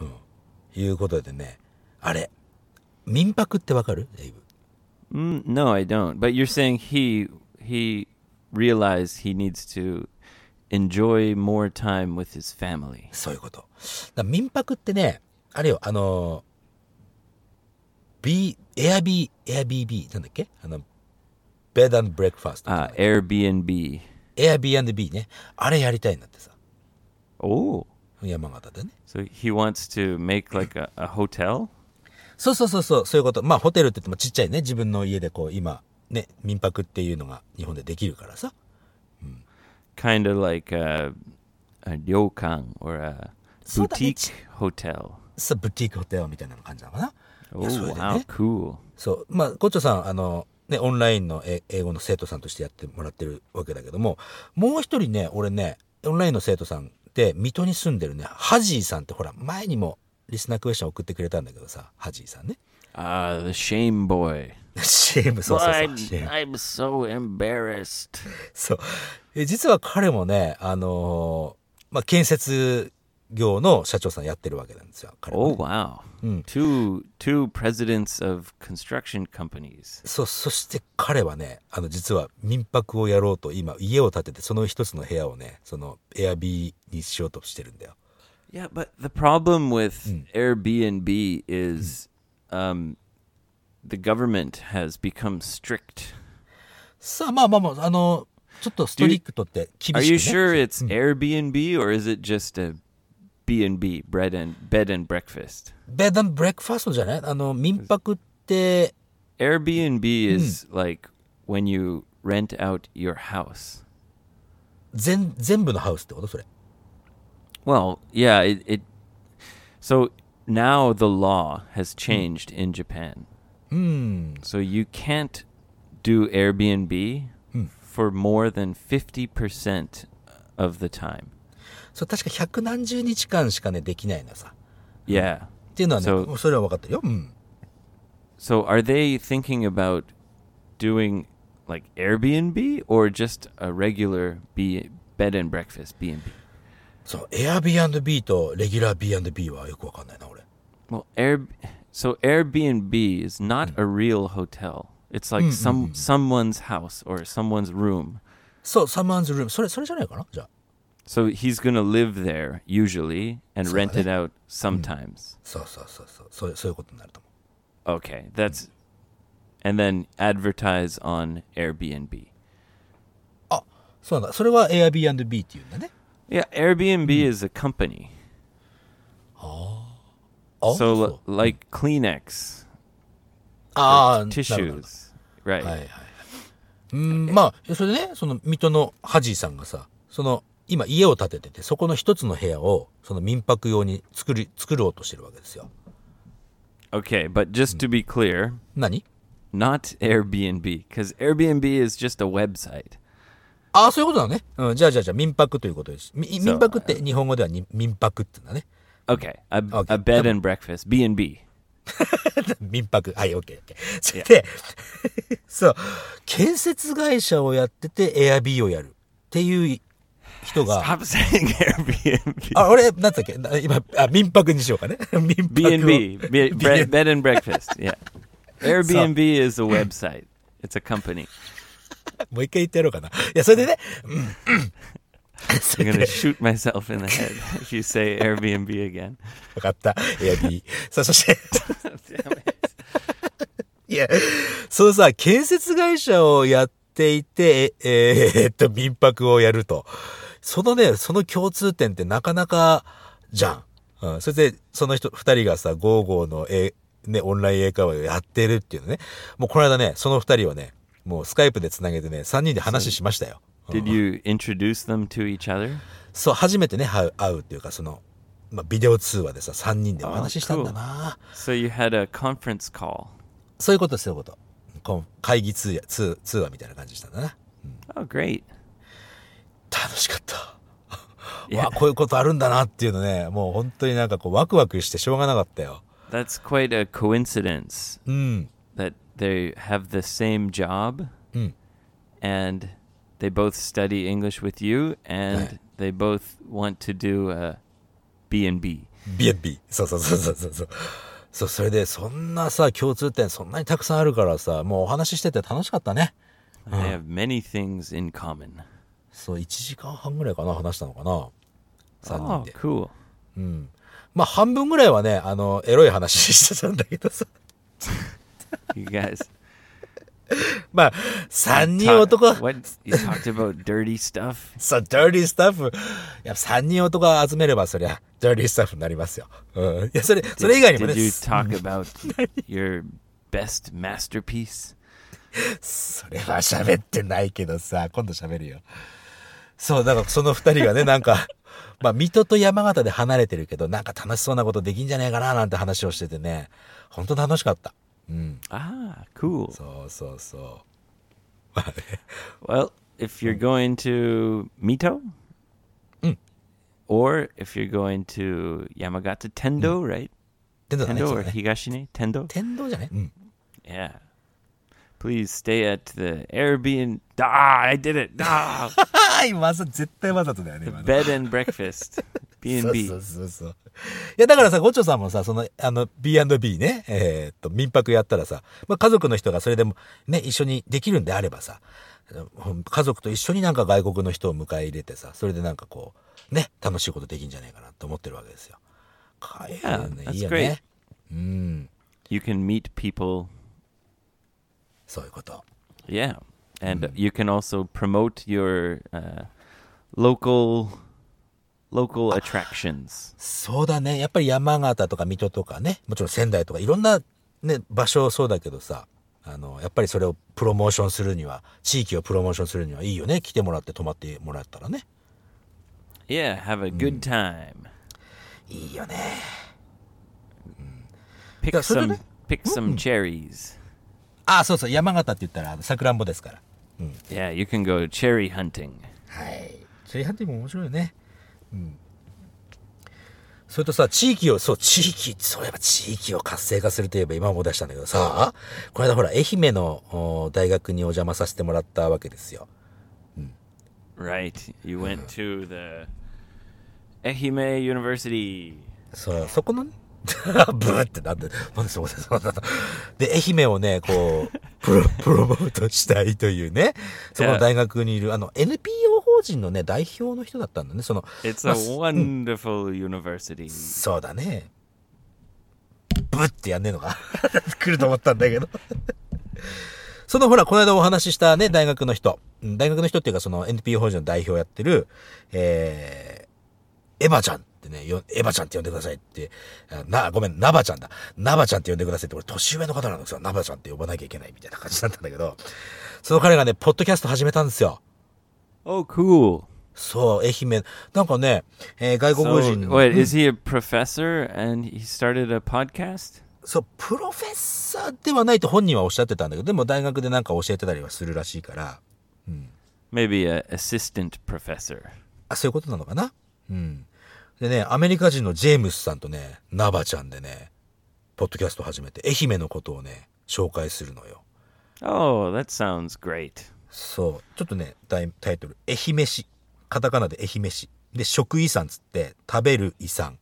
S2: うん。いうことでね、あれ、民泊ってわかるデイブ。
S1: Mm, no, I don't. But you're saying he he realized he needs to enjoy more time with his family.
S2: そういうこと。だから民泊ってね、あれよ、あのー、B、エアビー、エアビービー、なんだっけあの、ベッドブレックファースト。
S1: Uh, Airbnb.
S2: エアビービーね。あれやりたいんだってさ。
S1: Oh,
S2: 山形でね。
S1: so he wants to make like a, a hotel.
S2: そうそうそうそう、そういうこと。まあ、ホテルって言ってもちっちゃいね、自分の家でこう、今、ね、民泊っていうのが日本でできるからさ。
S1: kind of like a, a ryokan or a
S2: So that
S1: boutique
S2: it's-
S1: hotel.
S2: さ、ブティークホテルみたいな感じなのかな。いや
S1: Oh, wow, cool.
S2: そう。まあ、コッチョさん、あの、ね、オンラインのえ英語の生徒さんとしてやってもらってるわけだけども、もう一人ね、俺ね、オンラインの生徒さんで、水戸に住んでるね、ハジーさんってほら、前にもリスナークエスチョン送ってくれたんだけどさ、ハジーさんね。 <laughs>
S1: Ah, the shame boy.
S2: CM、そうそうそう。CM
S1: I'm so embarrassed.
S2: そう。え実は彼もね、あのーまあ、建設業の社長さんやってるわけなんですよ、彼は
S1: Oh wow.
S2: Hmm.
S1: Two two presidents of construction companies.
S2: そ、そして彼はね、あの、実は民泊をやろうと、今、家を建てて、その一つの部屋をね、その、エアビーにしようとしてるんだよ。
S1: Yeah, but the problem with
S2: Hmm.
S1: Airbnb is um, the government has become strict.
S2: さあ、まあまあまあ、あの、ちょっとストリクトって厳
S1: Are
S2: し
S1: you
S2: く、ね。
S1: sure it's Airbnb or is it just a B&B, bread and bed and breakfast?
S2: ベッドブレックファーストじゃないあの、民泊って、
S1: Airbnb is like when you rent out your house.
S2: 全、全部のハウスってことそれ。
S1: Well, yeah, it, it so now the law has changed in Japan. Mm. So you can't do Airbnb for more than 50% of the time.
S2: それ確か百何十日間しかね、できないのさ。
S1: Yeah.
S2: っていうのはね、
S1: So-
S2: もうそれは分かってるよ。うん。
S1: So are they thinking about doing like Airbnb or just a regular B bed and breakfast B and B?
S2: そう、Airbnb とレギュラー B&B はよく分かんないな、俺。
S1: Well, Air so Airbnb is not a real hotel. It's like some someone's house or someone's room.
S2: そう、Someone's Room。それ、それじゃないかなじゃあ。
S1: So he's gonna live there usually and rent it out sometimes.
S2: そうそうそうそう。そうそういうことになると思う。
S1: Okay, that's and then advertise on Airbnb.
S2: あ、そうなんだ。それは Airbnb っていうんだね。
S1: Yeah, Airbnb is a company.
S2: あ
S1: so
S2: そ
S1: li-
S2: う
S1: like Kleenex,
S2: ああ、なるほど
S1: tissues, right?
S2: はいはい。うん、まあ、それでね、その、水戸のハジーさんがさ、その、今家を建ててて、そこの一つの部屋を、その民泊用に作り、作ろうとしてるわけですよ。
S1: Okay, but just to be clear,
S2: 何
S1: not Airbnb, because Airbnb is just a website.
S2: ああ、そういうことだね。うん、じゃあじゃあじゃあ民泊ということです。み
S1: そう
S2: 民泊って日本語ではに民泊って言うんだね。
S1: Okay, a,
S2: Okay,
S1: a bed and breakfast, B and B.
S2: 民泊。はい、オッケーオッケー。それで、 <laughs> そう、建設会社をやってて Airb をやるっていう人が、
S1: Stop <laughs> saying Airbnb.
S2: あ、俺、なんだっけ、な今、あ民泊にしようか <laughs> ね。民泊を。
S1: B and B, be-
S2: <laughs>
S1: bre- <laughs> bed and breakfast. Yeah, Airbnb is a website. It's a company.
S2: もう一回言ってやろうかな。いや、それでね、 <laughs> うん、うん。そ <laughs>
S1: I'm
S2: れ
S1: gonna
S2: で、
S1: shoot myself in the head <laughs> if you say Airbnb again.
S2: 分かった。Airb。さあ、そして、
S1: Damn it.
S2: いや、そのさ、建設会社をやっていて、え、え <laughs> ーえっと、民泊をやると。そのね、その共通点ってなかなか、じゃん。うん。それで、その人、二人がさ、ゴーゴーの、え、ね、オンライン英会話をやってるっていうのね。もうこの間ね、その二人をね、もうスカイプで繋げてね、三人で話しましたよ。
S1: Did you introduce them to each other?
S2: そう、初めてね、会う、会うっていうか、その、まあ、ビデオ通話でさ、三人でお話ししたんだな。
S1: So you had a conference call.
S2: そういうこと、そういうこと。こう会議通話、通通話みたいな感じしたんだな。
S1: Oh, great.
S2: 楽しかった。
S1: いや
S2: わあこういうことあるんだなっていうのね、もう本当になんかこうワクワクしてしょうがなかったよ。
S1: That's quite a coincidence
S2: うん。
S1: that they have the same job
S2: うん。
S1: and they both study English with you and
S2: Right.
S1: they both want to do uh, a B&B.
S2: ビエンビ。そうそうそうそうそうそう。そう、それでそんなさ、共通点そんなにたくさんあるからさ、もうお話ししてて楽しかったね。
S1: They have many things in common.
S2: そう、1時間半ぐらいかな、話したのかな。3
S1: Oh,
S2: 人で。
S1: cool.
S2: うん。まあ半分ぐらいはね、あの、エロい話してたんだけどさ。
S1: You guys
S2: まあ、3人
S1: talk-
S2: 男、
S1: what you talked about dirty
S2: <laughs>
S1: stuff.
S2: そう、dirty stuff。いや、三人男が集めれば、そりゃ、dirty stuff になりますよ。うん。いや、それ、それ以外にもね
S1: Did、you talk about your best masterpiece?
S2: それは喋ってないけどさ、今度喋るよ。そう、だからその二人 <laughs> がね、なんか、まあ、水戸と山形で離れてるけど、なんか楽しそうなことできんじゃねえかな、なんて話をしててね、ほんと楽しかった。うん。
S1: Ah, cool.
S2: そうそうそう。
S1: Well, if you're going to Mito,
S2: Mm.
S1: or if you're going to Yamagata Tendo, right?
S2: 天童だね。
S1: Tendo
S2: そう
S1: or
S2: だね
S1: Higashine Tendo?
S2: 天童じゃね <laughs> うん。
S1: Yeah. Please stay at the Airbnb. Ah, I did it. Ah,
S2: ああ、今さ、絶対わざとだよね、今の
S1: bed and breakfast. B
S2: そ
S1: and B.
S2: う <laughs> そうそうそう。いや、だからさ、ゴッチョさんもさ、その、あの、B&B ね、えーっと、民泊やったらさ、まあ、家族の人がそれでも、ね、一緒にできるんであればさ、ほん家族と一緒になんか外国の人を迎え入れてさ、それでなんかこう、ね、楽しいことできんじゃないかなと思ってるわけですよ。かえる
S1: Yeah,
S2: ね
S1: that's
S2: いいよね。うん、
S1: You can meet people.
S2: そういうこと。
S1: Yeah. And you can also promote your uh, local local attractions.
S2: そうだね。やっぱり山形とか水戸とかね、もちろん仙台とかいろんなね、場所そうだけどさ、あの、やっぱりそれをプロモーションするには、地域をプロモーションするにはいいよね。来てもらって泊まってもらったらね。
S1: Yeah, have a good time.
S2: いいよね。
S1: Pick
S2: Yeah, so
S1: some
S2: did I-
S1: pick some cherries.
S2: あ、そうそう、山形って言ったら、あの、桜んぼですから。
S1: Yeah, you can go cherry hunting.
S2: はい。チェリハンティングも面白いよね。うん。それとさ、地域を、そう、地域、そういえば地域を活性化するといえば今も出したんだけどさ、この間ほら、愛媛のお大学にお邪魔させてもらったわけですよ。
S1: Right. You went to the Ehime University.
S2: そう、そこのね、 <laughs> ブーってなんで、 <laughs> なんでそこで、そうなんだ。で、愛媛をね、こう、プロ、プロモートしたいというね、そこの大学にいる、あの、NPO 法人のね、代表の人だったんだね、その、
S1: It's a
S2: まあす
S1: wonderful university.
S2: そうだね。ブッってやんねえのか <laughs> 来ると思ったんだけど。そのほら、この間お話ししたね、大学の人。うん大学の人っていうか、その NPO 法人の代表をやってる、えー、エヴァちゃんってね、よエヴァちゃんって呼んでくださいって、あな、ごめん、ナバちゃんだ。ナバちゃんって呼んでくださいって、俺年上の方なんですよ。ナバちゃんって呼ばなきゃいけないみたいな感じだったんだけど、その彼がね、ポッドキャスト始めたんですよ。
S1: Oh, cool.
S2: そう、愛媛。なんかね、えー外
S1: So,
S2: 国人の。
S1: wait, is he a professor and he started a podcast?
S2: そう、プロフェッサーではないと本人はおっしゃってたんだけど、でも大学でなんか教えてたりはするらしいから、
S1: Maybe a assistant professor.
S2: あ、そういうことなのかなうん。でね、アメリカ人のジェームスさんとね、ナバちゃんでね、ポッドキャスト始めて、愛媛のことをね、紹介するのよ。
S1: Oh, that sounds great.
S2: そう。ちょっとね、タイタイトル、愛媛市。カタカナで愛媛市。で、食遺産つって、食べる遺産。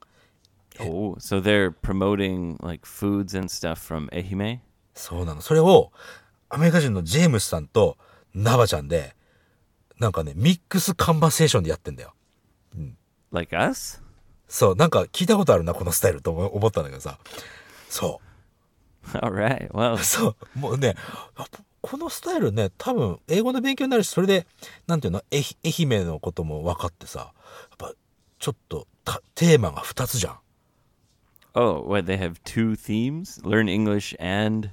S1: Oh, so they're promoting like foods and stuff from Ehime?
S2: そうなの。それを、アメリカ人のジェームスさんとナバちゃんで、なんかね、ミックスカンバセーションでやってんだよ。
S1: Like us? <laughs>
S2: そう、なんか聞いたことあるな、このスタイルと思思ったんだけどさ。そ
S1: All right. Well,
S2: う。そう。もうね、やっぱこのスタイルね、多分、英語の勉強になるし、それで、なんていうの、えひ愛媛のことも分かってさ、やっぱ、ちょっと、たテーマが2つじゃん。
S1: oh, what they have two themes: learn English and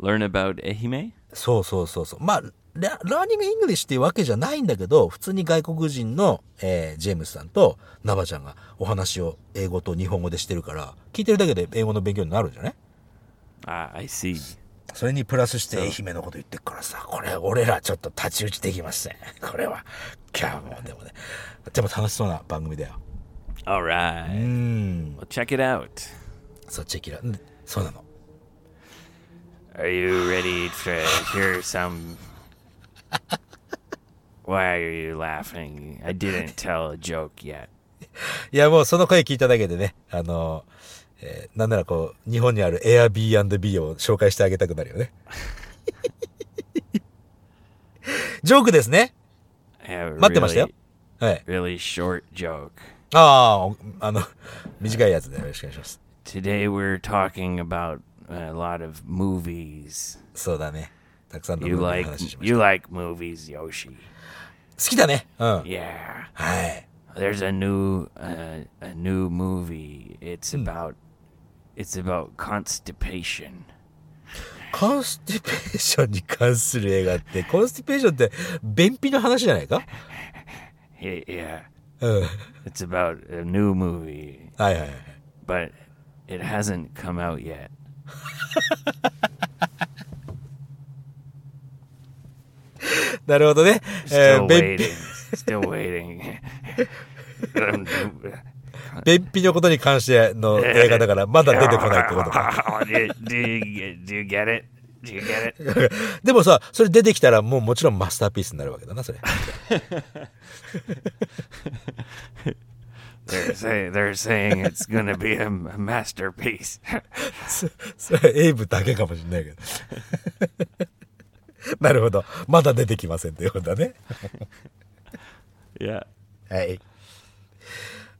S1: learn about Ehime.
S2: そうそうそうそう。まあ、ララーニング・イングリッシュっていうわけじゃないんだけど、普通に外国人の、えージェームスさんとナバちゃんがお話を英語と日本語でしてるから、聞いてるだけで英語の勉強になるんじゃない
S1: Ah, I see.
S2: それにプラスして愛媛のこと言ってっからさ、これ俺らちょっと太刀打ちできません。これは。キャーもうでもね。でも楽しそうな番組だよ。
S1: All right. Well, check it out.
S2: そっち行きら。うんそうなの。
S1: Are you ready to hear some? Why are you laughing? I didn't tell a joke yet.
S2: いやもうその声聞いただけでね、あの、えーなんならこう、日本にある Airbnb を紹介してあげたくなるよ <laughs> ね。ジョークですね。
S1: I have a
S2: 待ってましたよ
S1: really,。
S2: はい。
S1: really short joke.
S2: ああ、あの、短いやつでよろしくお願いします。
S1: Today we're talking about a lot of movies.
S2: そうだね。たくさんの
S1: You
S2: 部分の
S1: like
S2: 話しました。
S1: you like movies, Yoshi.
S2: 好きだね。うん。
S1: Yeah.
S2: はい。
S1: There's a new uh, a new movie. It's about it's about constipation.
S2: コンスティペーションに関する映画って、コンスティペーションって便秘の話じゃないか
S1: Y- Yeah.
S2: うん。はい
S1: It's about a new movie,
S2: はいはい。
S1: but it hasn't come out yet.
S2: なるほどね。え
S1: Still
S2: ー、便秘
S1: waiting. Still waiting. Um,
S2: 便秘のことに関しての映画だから、まだ出てこないってこと
S1: <laughs>
S2: か。
S1: do, do you do you get it? Do you get it?
S2: でもさ、それ出てきたら、もうもちろんマスターピースになるわけだな、それ。
S1: They're saying they're saying it's gonna be a, a masterpiece. <laughs>
S2: そそれ、エイブだけかもしれないけど。 <laughs> なるほど。まだ出てきませんっていうことだね。
S1: yeah.
S2: はい。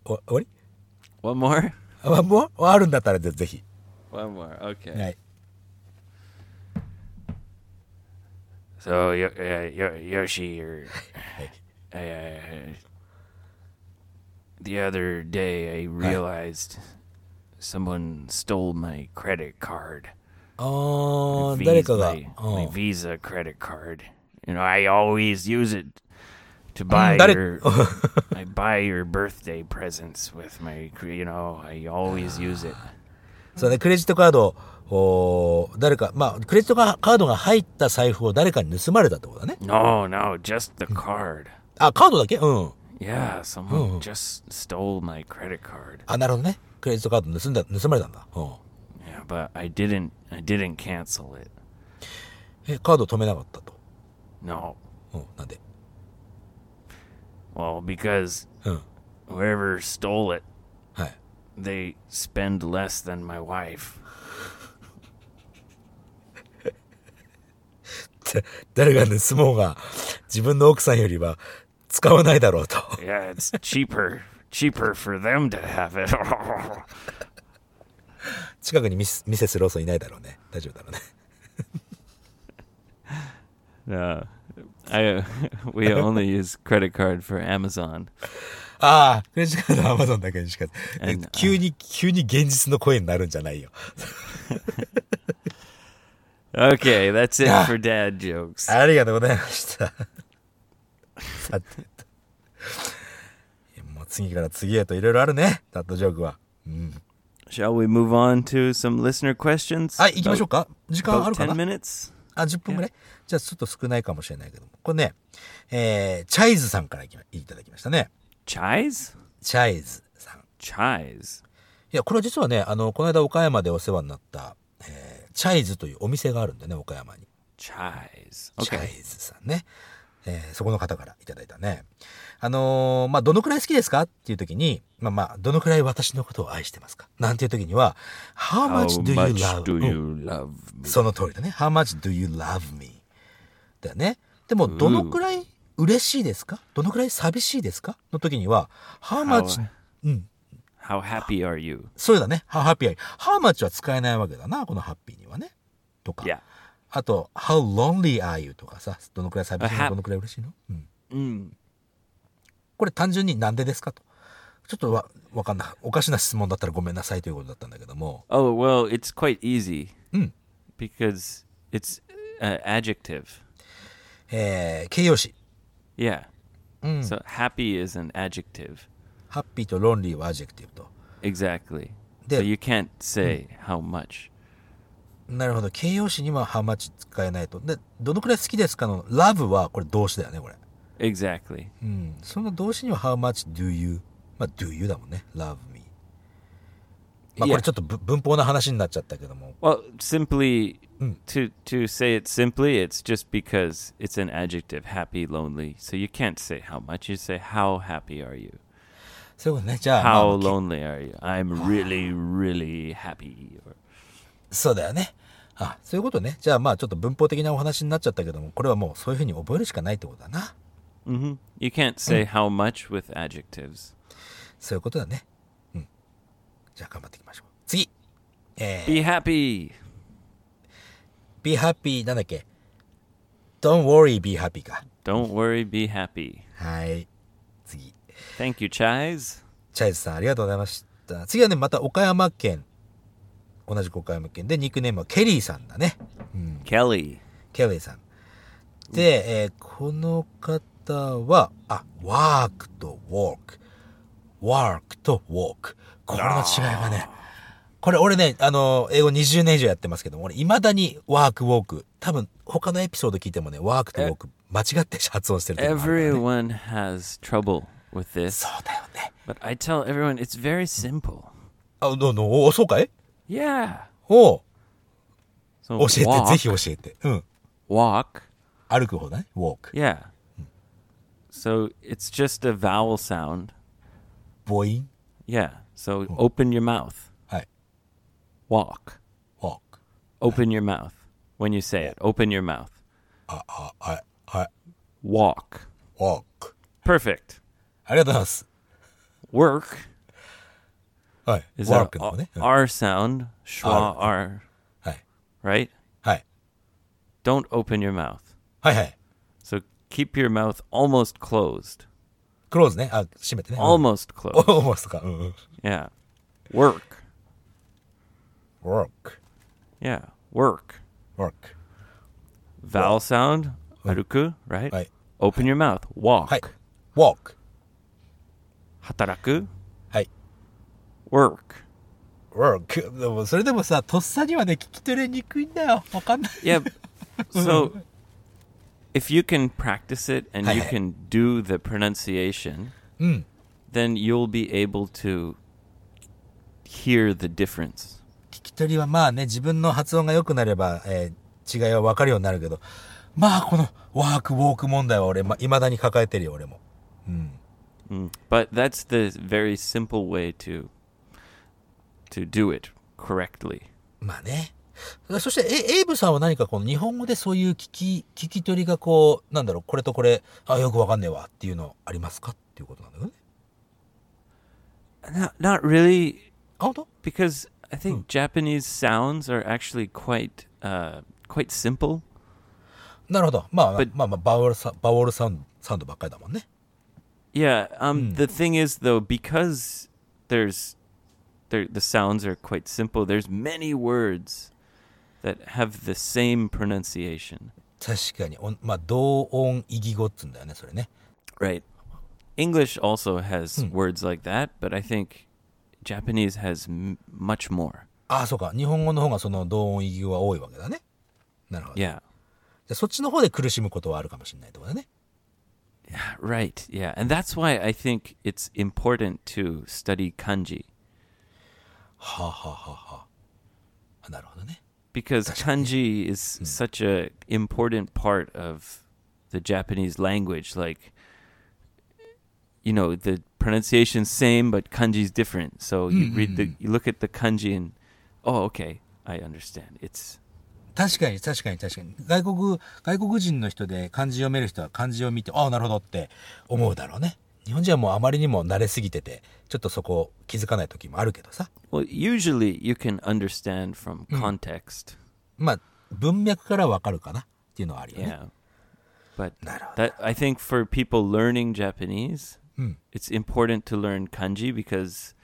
S2: お、終わり
S1: One more.
S2: あ、もうあるんだったらぜぜひ。
S1: One more. Okay.
S2: はい。
S1: So Yo- uh, Yo- Yoshi, you're,
S2: Hey.
S1: uh, the other day I realized someone stole my credit card.
S2: あー、
S1: Vis-
S2: 誰かが。
S1: my,
S2: う
S1: my
S2: ん
S1: Visa credit card. You know, I always use it to buy
S2: that Mm, it-
S1: your <laughs> I buy your birthday presents with my. cre- You know, I always use
S2: <sighs>
S1: it.
S2: そうね、クレジットカードを、誰か、まあ、クレジットカードが入った財布を誰かに盗まれたってことだね。
S1: No, no, just the card.
S2: あ、カードだけうん。
S1: Yeah, someone
S2: Oh.
S1: just stole my credit card.
S2: あ、なるほどね。クレジットカード盗んだ、盗まれたんだ。うん。
S1: Yeah, but I didn't I didn't cancel it.
S2: え、カード止めなかったと。
S1: No.
S2: うん、なんで。
S1: Well, because
S2: うん。
S1: whoever stole it,
S2: はい。 <laughs>
S1: they spend less than my wife.
S2: って誰が盗もうが、自分の奥さんよりは使わないだろうと。
S1: Yeah, <laughs> it's cheaper cheaper for them to have it. <laughs>
S2: 近くにミスミセスローソンいないだろうね。大丈夫だろうね。
S1: no. I <laughs> we <laughs> only use credit card for Amazon.
S2: ああ、クレジットカードは Amazon だけにしか。
S1: えな
S2: 急に、急に現実の声になるんじゃないよ。
S1: Okay, that's it for dad jokes.
S2: ありがとうございました。さてと。もう次から次へといろいろあるね。ダットジョークは。
S1: Shall we move on to some listener questions?
S2: はい、行きましょう
S1: About-
S2: か。時間あ
S1: about
S2: るかな
S1: 10 minutes?
S2: あ、10分ぐらいじゃあちょっと少ないかもしれないけども。これね、えー、チャイズさんからいきまいただきましたね。
S1: Chise?
S2: チャイズさん。い
S1: Chise.
S2: や、これは実はね、あの、この間岡山でお世話になった、えー、チャイズというお店があるんだよね、岡山に。
S1: Chise.
S2: チャ
S1: Okay.
S2: イズさんね。えーそこの方からいただいたね。あのーまあ、どのくらい好きですかっていう時に、まあまあ、どのくらい私のことを愛してますかなんていう時には、How much do you love Oh.
S1: do
S2: うん
S1: you love me?
S2: その通りだね。How much do you love me? だよね。でも、どのくらい嬉しいですかどのくらい寂しいですかの時には、How much
S1: How-
S2: うん、
S1: How happy are you?
S2: そうだね。How happy are you? How much は使えないわけだな、このハッピーにはね。とか。
S1: Yeah.
S2: あと、How lonely are you? とかさ、どのくらい寂しい
S1: あは
S2: のどのくらい嬉しいの、うん、
S1: Mm.
S2: これ単純になんでですかと。ちょっとわ、わかんない。おかしな質問だったらごめんなさいということだったんだけども。
S1: Oh, well, it's quite easy
S2: うん。
S1: because it's uh, adjective.
S2: えー、形容詞。
S1: Yeah.
S2: うん。
S1: So happy is an adjective.
S2: ハッピーとロンリーはアジェクティブと。
S1: Exactly.
S2: There.
S1: So you can't say
S2: Hmm.
S1: how much.
S2: なるほど。形容詞にはハマチ使えないと。で、どのくらい好きですかの、ラブはこれ動詞だよね、これ。
S1: Exactly.
S2: うん。その動詞には How much do you? まあ、do you だもんね。love me. まあ、
S1: いや
S2: これちょっとぶ文法の話になっちゃったけども。
S1: Well, simply
S2: Mm.
S1: to to say it simply, it's just because it's an adjective, happy, lonely. So you can't say how much. You say how happy are you?
S2: そういうことね。じゃあ、
S1: How
S2: まあ
S1: lonely are you? I'm really, really happy. Or,
S2: そうだよね。あ、そういうことね。じゃあ、まあ、ちょっと文法的なお話になっちゃったけども、これはもうそういうふうに覚えるしかないってことだな。
S1: hmm You can't say how much with adjectives.
S2: そういうことだね。うん。じゃあ、頑張っていきましょう。次。えー、
S1: Be happy.
S2: be happy なんだっけ ?don't worry, be happy か。
S1: Don't worry, be happy.
S2: はい。次。
S1: Thank you, Chise.
S2: チャイズさん、ありがとうございました。次はね、また岡山県。同じく岡山県で、ニックネームはケリーさんだね。
S1: Kelly.
S2: ケリーさん。で、えーこの方は、あ、ワークとウォーク。ワークとウォーク。これの違いがね。これ俺ね、あの、英語20年以上やってますけども、俺未だにワークウォーク。多分、他のエピソード聞いてもね、ワークとウォーク間違って発音してる時もあるからね
S1: Everyone has trouble with
S2: そ
S1: this,
S2: うだよね。
S1: but I tell everyone it's very simple.
S2: あ、どうどうそうかい
S1: Yeah.
S2: おう
S1: So
S2: 教えて、
S1: walk,
S2: ぜひ教えて。うん。
S1: walk.
S2: 歩く方だね。walk。
S1: Yeah. So it's just a vowel sound.
S2: 母音。
S1: Yeah. So open your mouth.
S2: はい。
S1: Walk.
S2: walk。
S1: Open your mouth. When you say it, open your mouth.
S2: あ、あ、あ、あ、
S1: Walk.
S2: walk。
S1: Perfect.
S2: ありがとうございます。
S1: Work
S2: はい。
S1: is a
S2: walk の方ね。うん
S1: R sound. Schwa R.
S2: はい。
S1: Right?
S2: はい。
S1: Don't open your mouth.
S2: はいはい。
S1: So keep your mouth almost closed.
S2: クローズね。あ、閉めてね。うん
S1: Almost closed.
S2: オーモスか。うんうん。
S1: Yeah. Work.
S2: walk。
S1: Yeah. Work.
S2: walk。
S1: Vowel sound. Aruku, right?
S2: Right.
S1: Open your mouth. Walk.
S2: はい。walk。
S1: 働く
S2: はい。
S1: work
S2: work。でも、それでもさ、とっさにはね、聞き取れにくいんだよ。わかんない。 <laughs>
S1: yeah so if you can practice it and you
S2: Hi. Hmm.
S1: can do the pronunciation
S2: うん。
S1: then you'll be able to hear the difference.
S2: 聞き取りはまあね、自分の発音が良くなれば、えー違いは分かるようになるけど、まあこのワークウォーク問題は俺、ま、未だに抱えてるよ、俺も。
S1: Mm. But that's the very simple way to to do it correctly.
S2: まあね。そして、え、エイブさんは何かこの日本語でそういう聞き、聞き取りがこう、なんだろう、これとこれ、あ、よくわかんねえわっていうのありますかっていうことなんだよね。
S1: Not, not really,
S2: あ、本当
S1: because I think Japanese sounds are actually quite uh, quite simple.
S2: なるほど。まあ、
S1: But-
S2: まあまあ、バウルサ、バウルサウンサウンドばっかりだもんね。
S1: Yeah. Um. The thing is, though, because there's there the sounds are quite simple. There's many words that have the same pronunciation.
S2: 確かに。おまあ、同音異義語っつうんだよね、それね。
S1: Right. English also has words like that, but I think Japanese has m- much more.
S2: あ、そうか。日本語の方がその同音異義語は多いわけだね。なるほど。じゃ
S1: Yeah.
S2: あそっちの方で苦しむことはあるかもしれないってことだね。
S1: Right. Yeah. And that's why I think it's important to study kanji
S2: はあ、はあはあはあ、あなるほどね。
S1: because kanji is such a important part of the Japanese language like you know, the pronunciation's same but kanji's different. So you read the you look at the kanji and oh, okay, I understand. It's
S2: 確かに確かに確かに外国外国人の人で漢字読める人は漢字を見てああなるほどって思うだろうね日本人はもうあまりにも慣れすぎててちょっとそこ気づかない時もあるけどさ
S1: Well, usually you can understand from context.
S2: まあ文脈からわかるかなっていうのはあるよね、
S1: Yeah. But
S2: なるほど
S1: that I think for people learning Japanese, it's important to learn kanji because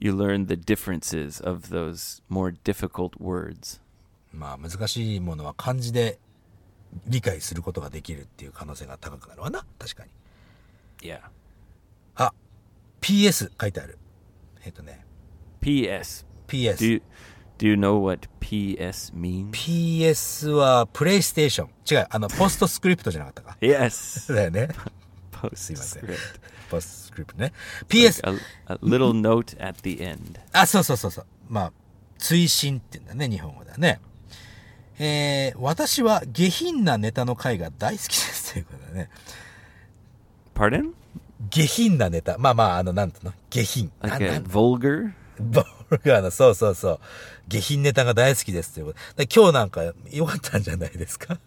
S1: you learn the differences of those more difficult words.
S2: まあ難しいものは漢字で理解することができるっていう可能性が高くなるわな確かに
S1: Yeah.
S2: あ PS 書いてあるえっ、とね
S1: PS.
S2: PS
S1: Do you do you know what PS means?
S2: PS はプレイステーション違うあのポストスクリプトじゃなかった
S1: <laughs>
S2: か
S1: Yes.
S2: だよね
S1: Postscript.
S2: ポストスクリプトね PS
S1: A, a little note at the end.
S2: あ、そうそうそうそう。まあ、追伸って言うんだね、日本語だね。えー、私は下品なネタの回が大好きですということだね。
S1: Pardon?
S2: 下品なネタ。まあまあ、あの、なんていうの下品。な
S1: Like
S2: んな
S1: a
S2: ん
S1: vulgar?
S2: ボルガーの、そうそうそう。下品ネタが大好きですということ。だから今日なんか良かったんじゃないですか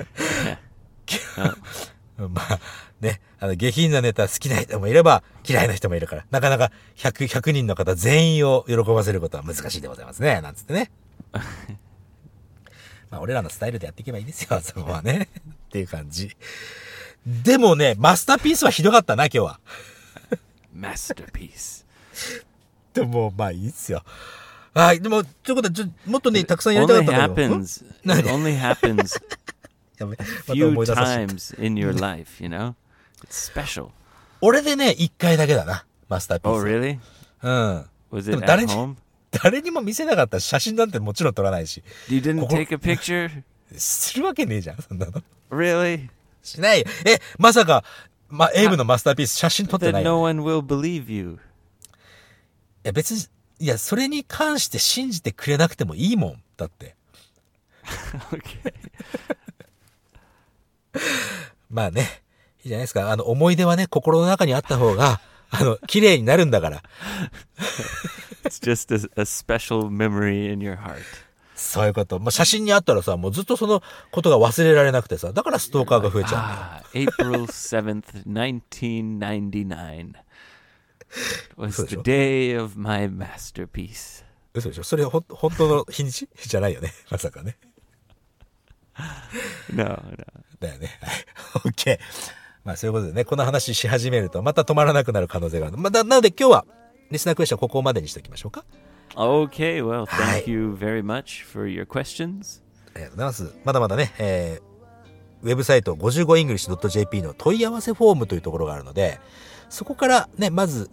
S2: <laughs> まあ、ね、あの、下品なネタ好きな人もいれば嫌いな人もいるから、なかなか100、100人の方全員を喜ばせることは難しいでございますね、なんつってね。まあ、俺らのスタイルでやっていけばいいですよ、そこはね。っていう感じ。でもね、マスターピースはひどかったな、今日は。
S1: <laughs> Masterpiece.
S2: でも、まあいいっすよ。はい、でも、ということで、ちょもっとね、たくさんやりたかっ
S1: only
S2: たんだけど。ん
S1: happens. <laughs> It only happens
S2: やべまた
S1: few
S2: 思い出させて。
S1: times in <laughs> your life. You know, it's special.
S2: 俺でね、一回だけだな、マスターピ
S1: Oh,
S2: ース。
S1: really?
S2: うん。
S1: Was
S2: で
S1: it
S2: も誰
S1: at
S2: に
S1: home?、
S2: 誰にも見せなかったら写真なんてもちろん撮らないし、
S1: You didn't
S2: ここ-
S1: take a <laughs> picture?
S2: するわけねえじゃん、そんなの。
S1: Really?
S2: しないよ。え、まさか、ま、エイブのマスターピース写真撮ってな
S1: Then
S2: いよ
S1: no one will believe you. <laughs>
S2: いや、別に、いや、それに関して信じてくれなくてもいいもん。だって。
S1: Okay.
S2: まあね、いいじゃないですか。あの、思い出はね、心の中にあった方が、あの、綺麗になるんだから。
S1: It's just a, a special memory in your heart.
S2: そういうこと。まあ、写真にあったらさ、もうずっとそのことが忘れられなくてさ、だからストーカーが増えちゃうんだ
S1: Ah, April
S2: よ。
S1: 7th, 1999 was the day of my masterpiece.
S2: 嘘でしょそれほん、本当の日にちじゃないよね。まさかね。
S1: No, no.
S2: だよね。はい。OK。まあ、そういうことでね、この話し始めると、また止まらなくなる可能性がある。まあ、だなので今日は、リスナークエスチョンはここまでにしておきましょうか。
S1: Okay, well, thank
S2: Hi.
S1: you very much for your questions.
S2: ありがとうございます。まだまだね、えー、ウェブサイト 55english.jp の問い合わせフォームというところがあるので、そこからね、まず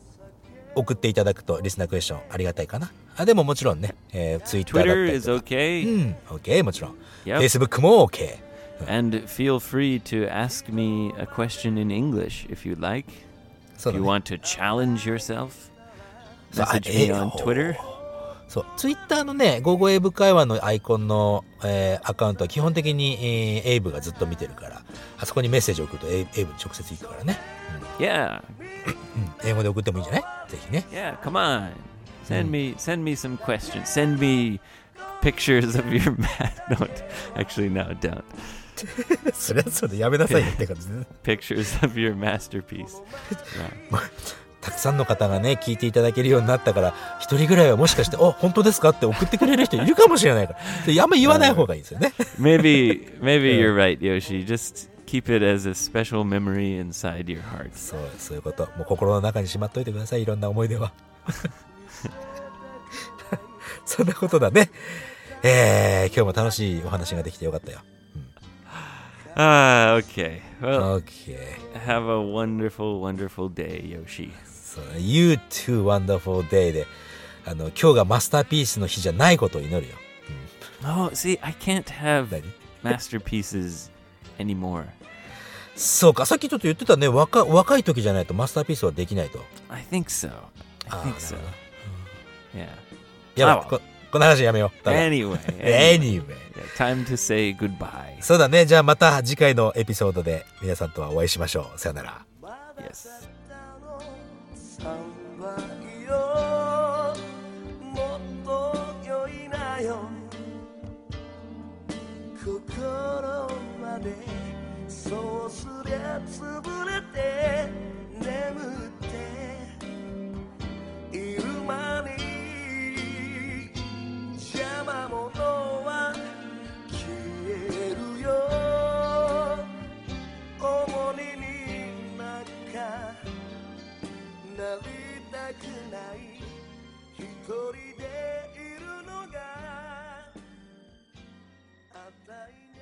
S2: 送っていただくとリスナークエスチョンありがたいかな。あ、でももちろんね、えー、ツイッターだった
S1: Twitter
S2: り
S1: is
S2: とか。
S1: okay.
S2: うん、OK、もちろん。
S1: Yep.
S2: Facebook も OK。
S1: And feel free to ask me a question in English if you'd like.
S2: そう
S1: if
S2: だ
S1: you
S2: ね
S1: want to challenge yourself,
S2: そうあ
S1: message me
S2: え
S1: on
S2: お
S1: Twitter.
S2: そう、ツイッターのね、ゴーゴーエイブ会話のアイコンの、えーアカウントは基本的に、えーエイブがずっと見てるから、あそこにメッセージ送るとエイエイブに直接行くからね、
S1: Yeah,
S2: うん英語で送ってもいいんじゃないぜひね。
S1: yeah, come on. Send me send me some questions. Send me pictures of your <laughs> mat. Don't actually no, don't.
S2: <laughs> それはそれでやめなさいよって感じで、ね、
S1: Pictures of your masterpiece. Yeah.
S2: たくさんの方がね、聞いていただけるようになったから、一人ぐらいはもしかして、お、本当ですかって送ってくれる人いるかもしれないから、それあんま言わない方がいいですよね。
S1: Maybe maybe you're right, Yoshi. Just keep it as a special memory inside your heart.
S2: そう、そういうこと。もう心の中にしまっといてください。いろんな思い出 <laughs> は。そんなことだね。えー、今日も楽しいお話ができてよかったよ。
S1: Ah, okay. Well,
S2: オッケー
S1: have a wonderful, wonderful day, Yoshi.
S2: そう You too wonderful day で、あの、今日がマスターピースの日じゃないことを祈るよ。
S1: Oh, see, I can't have
S2: 何
S1: masterpieces anymore.
S2: そうか、さっきちょっと言ってたね。若、若い時じゃないとマスターピースはできないと。
S1: I think so. I
S2: あー
S1: think so.
S2: なる
S1: Yeah.
S2: やばい
S1: あ
S2: こ、この話やめよう。ダメ
S1: Anyway. anyway.
S2: anyway.
S1: Yeah, time to say goodbye.
S2: そうだね。じゃあまた次回のエピソードで皆さんとはお会いしましょう。さよなら。
S1: Yes.
S3: 三倍よもっと良いなよ心までそうすりゃ潰れて眠っている間に邪魔者は消えるよ重荷になんかなりたくない一人でいるのが当たり前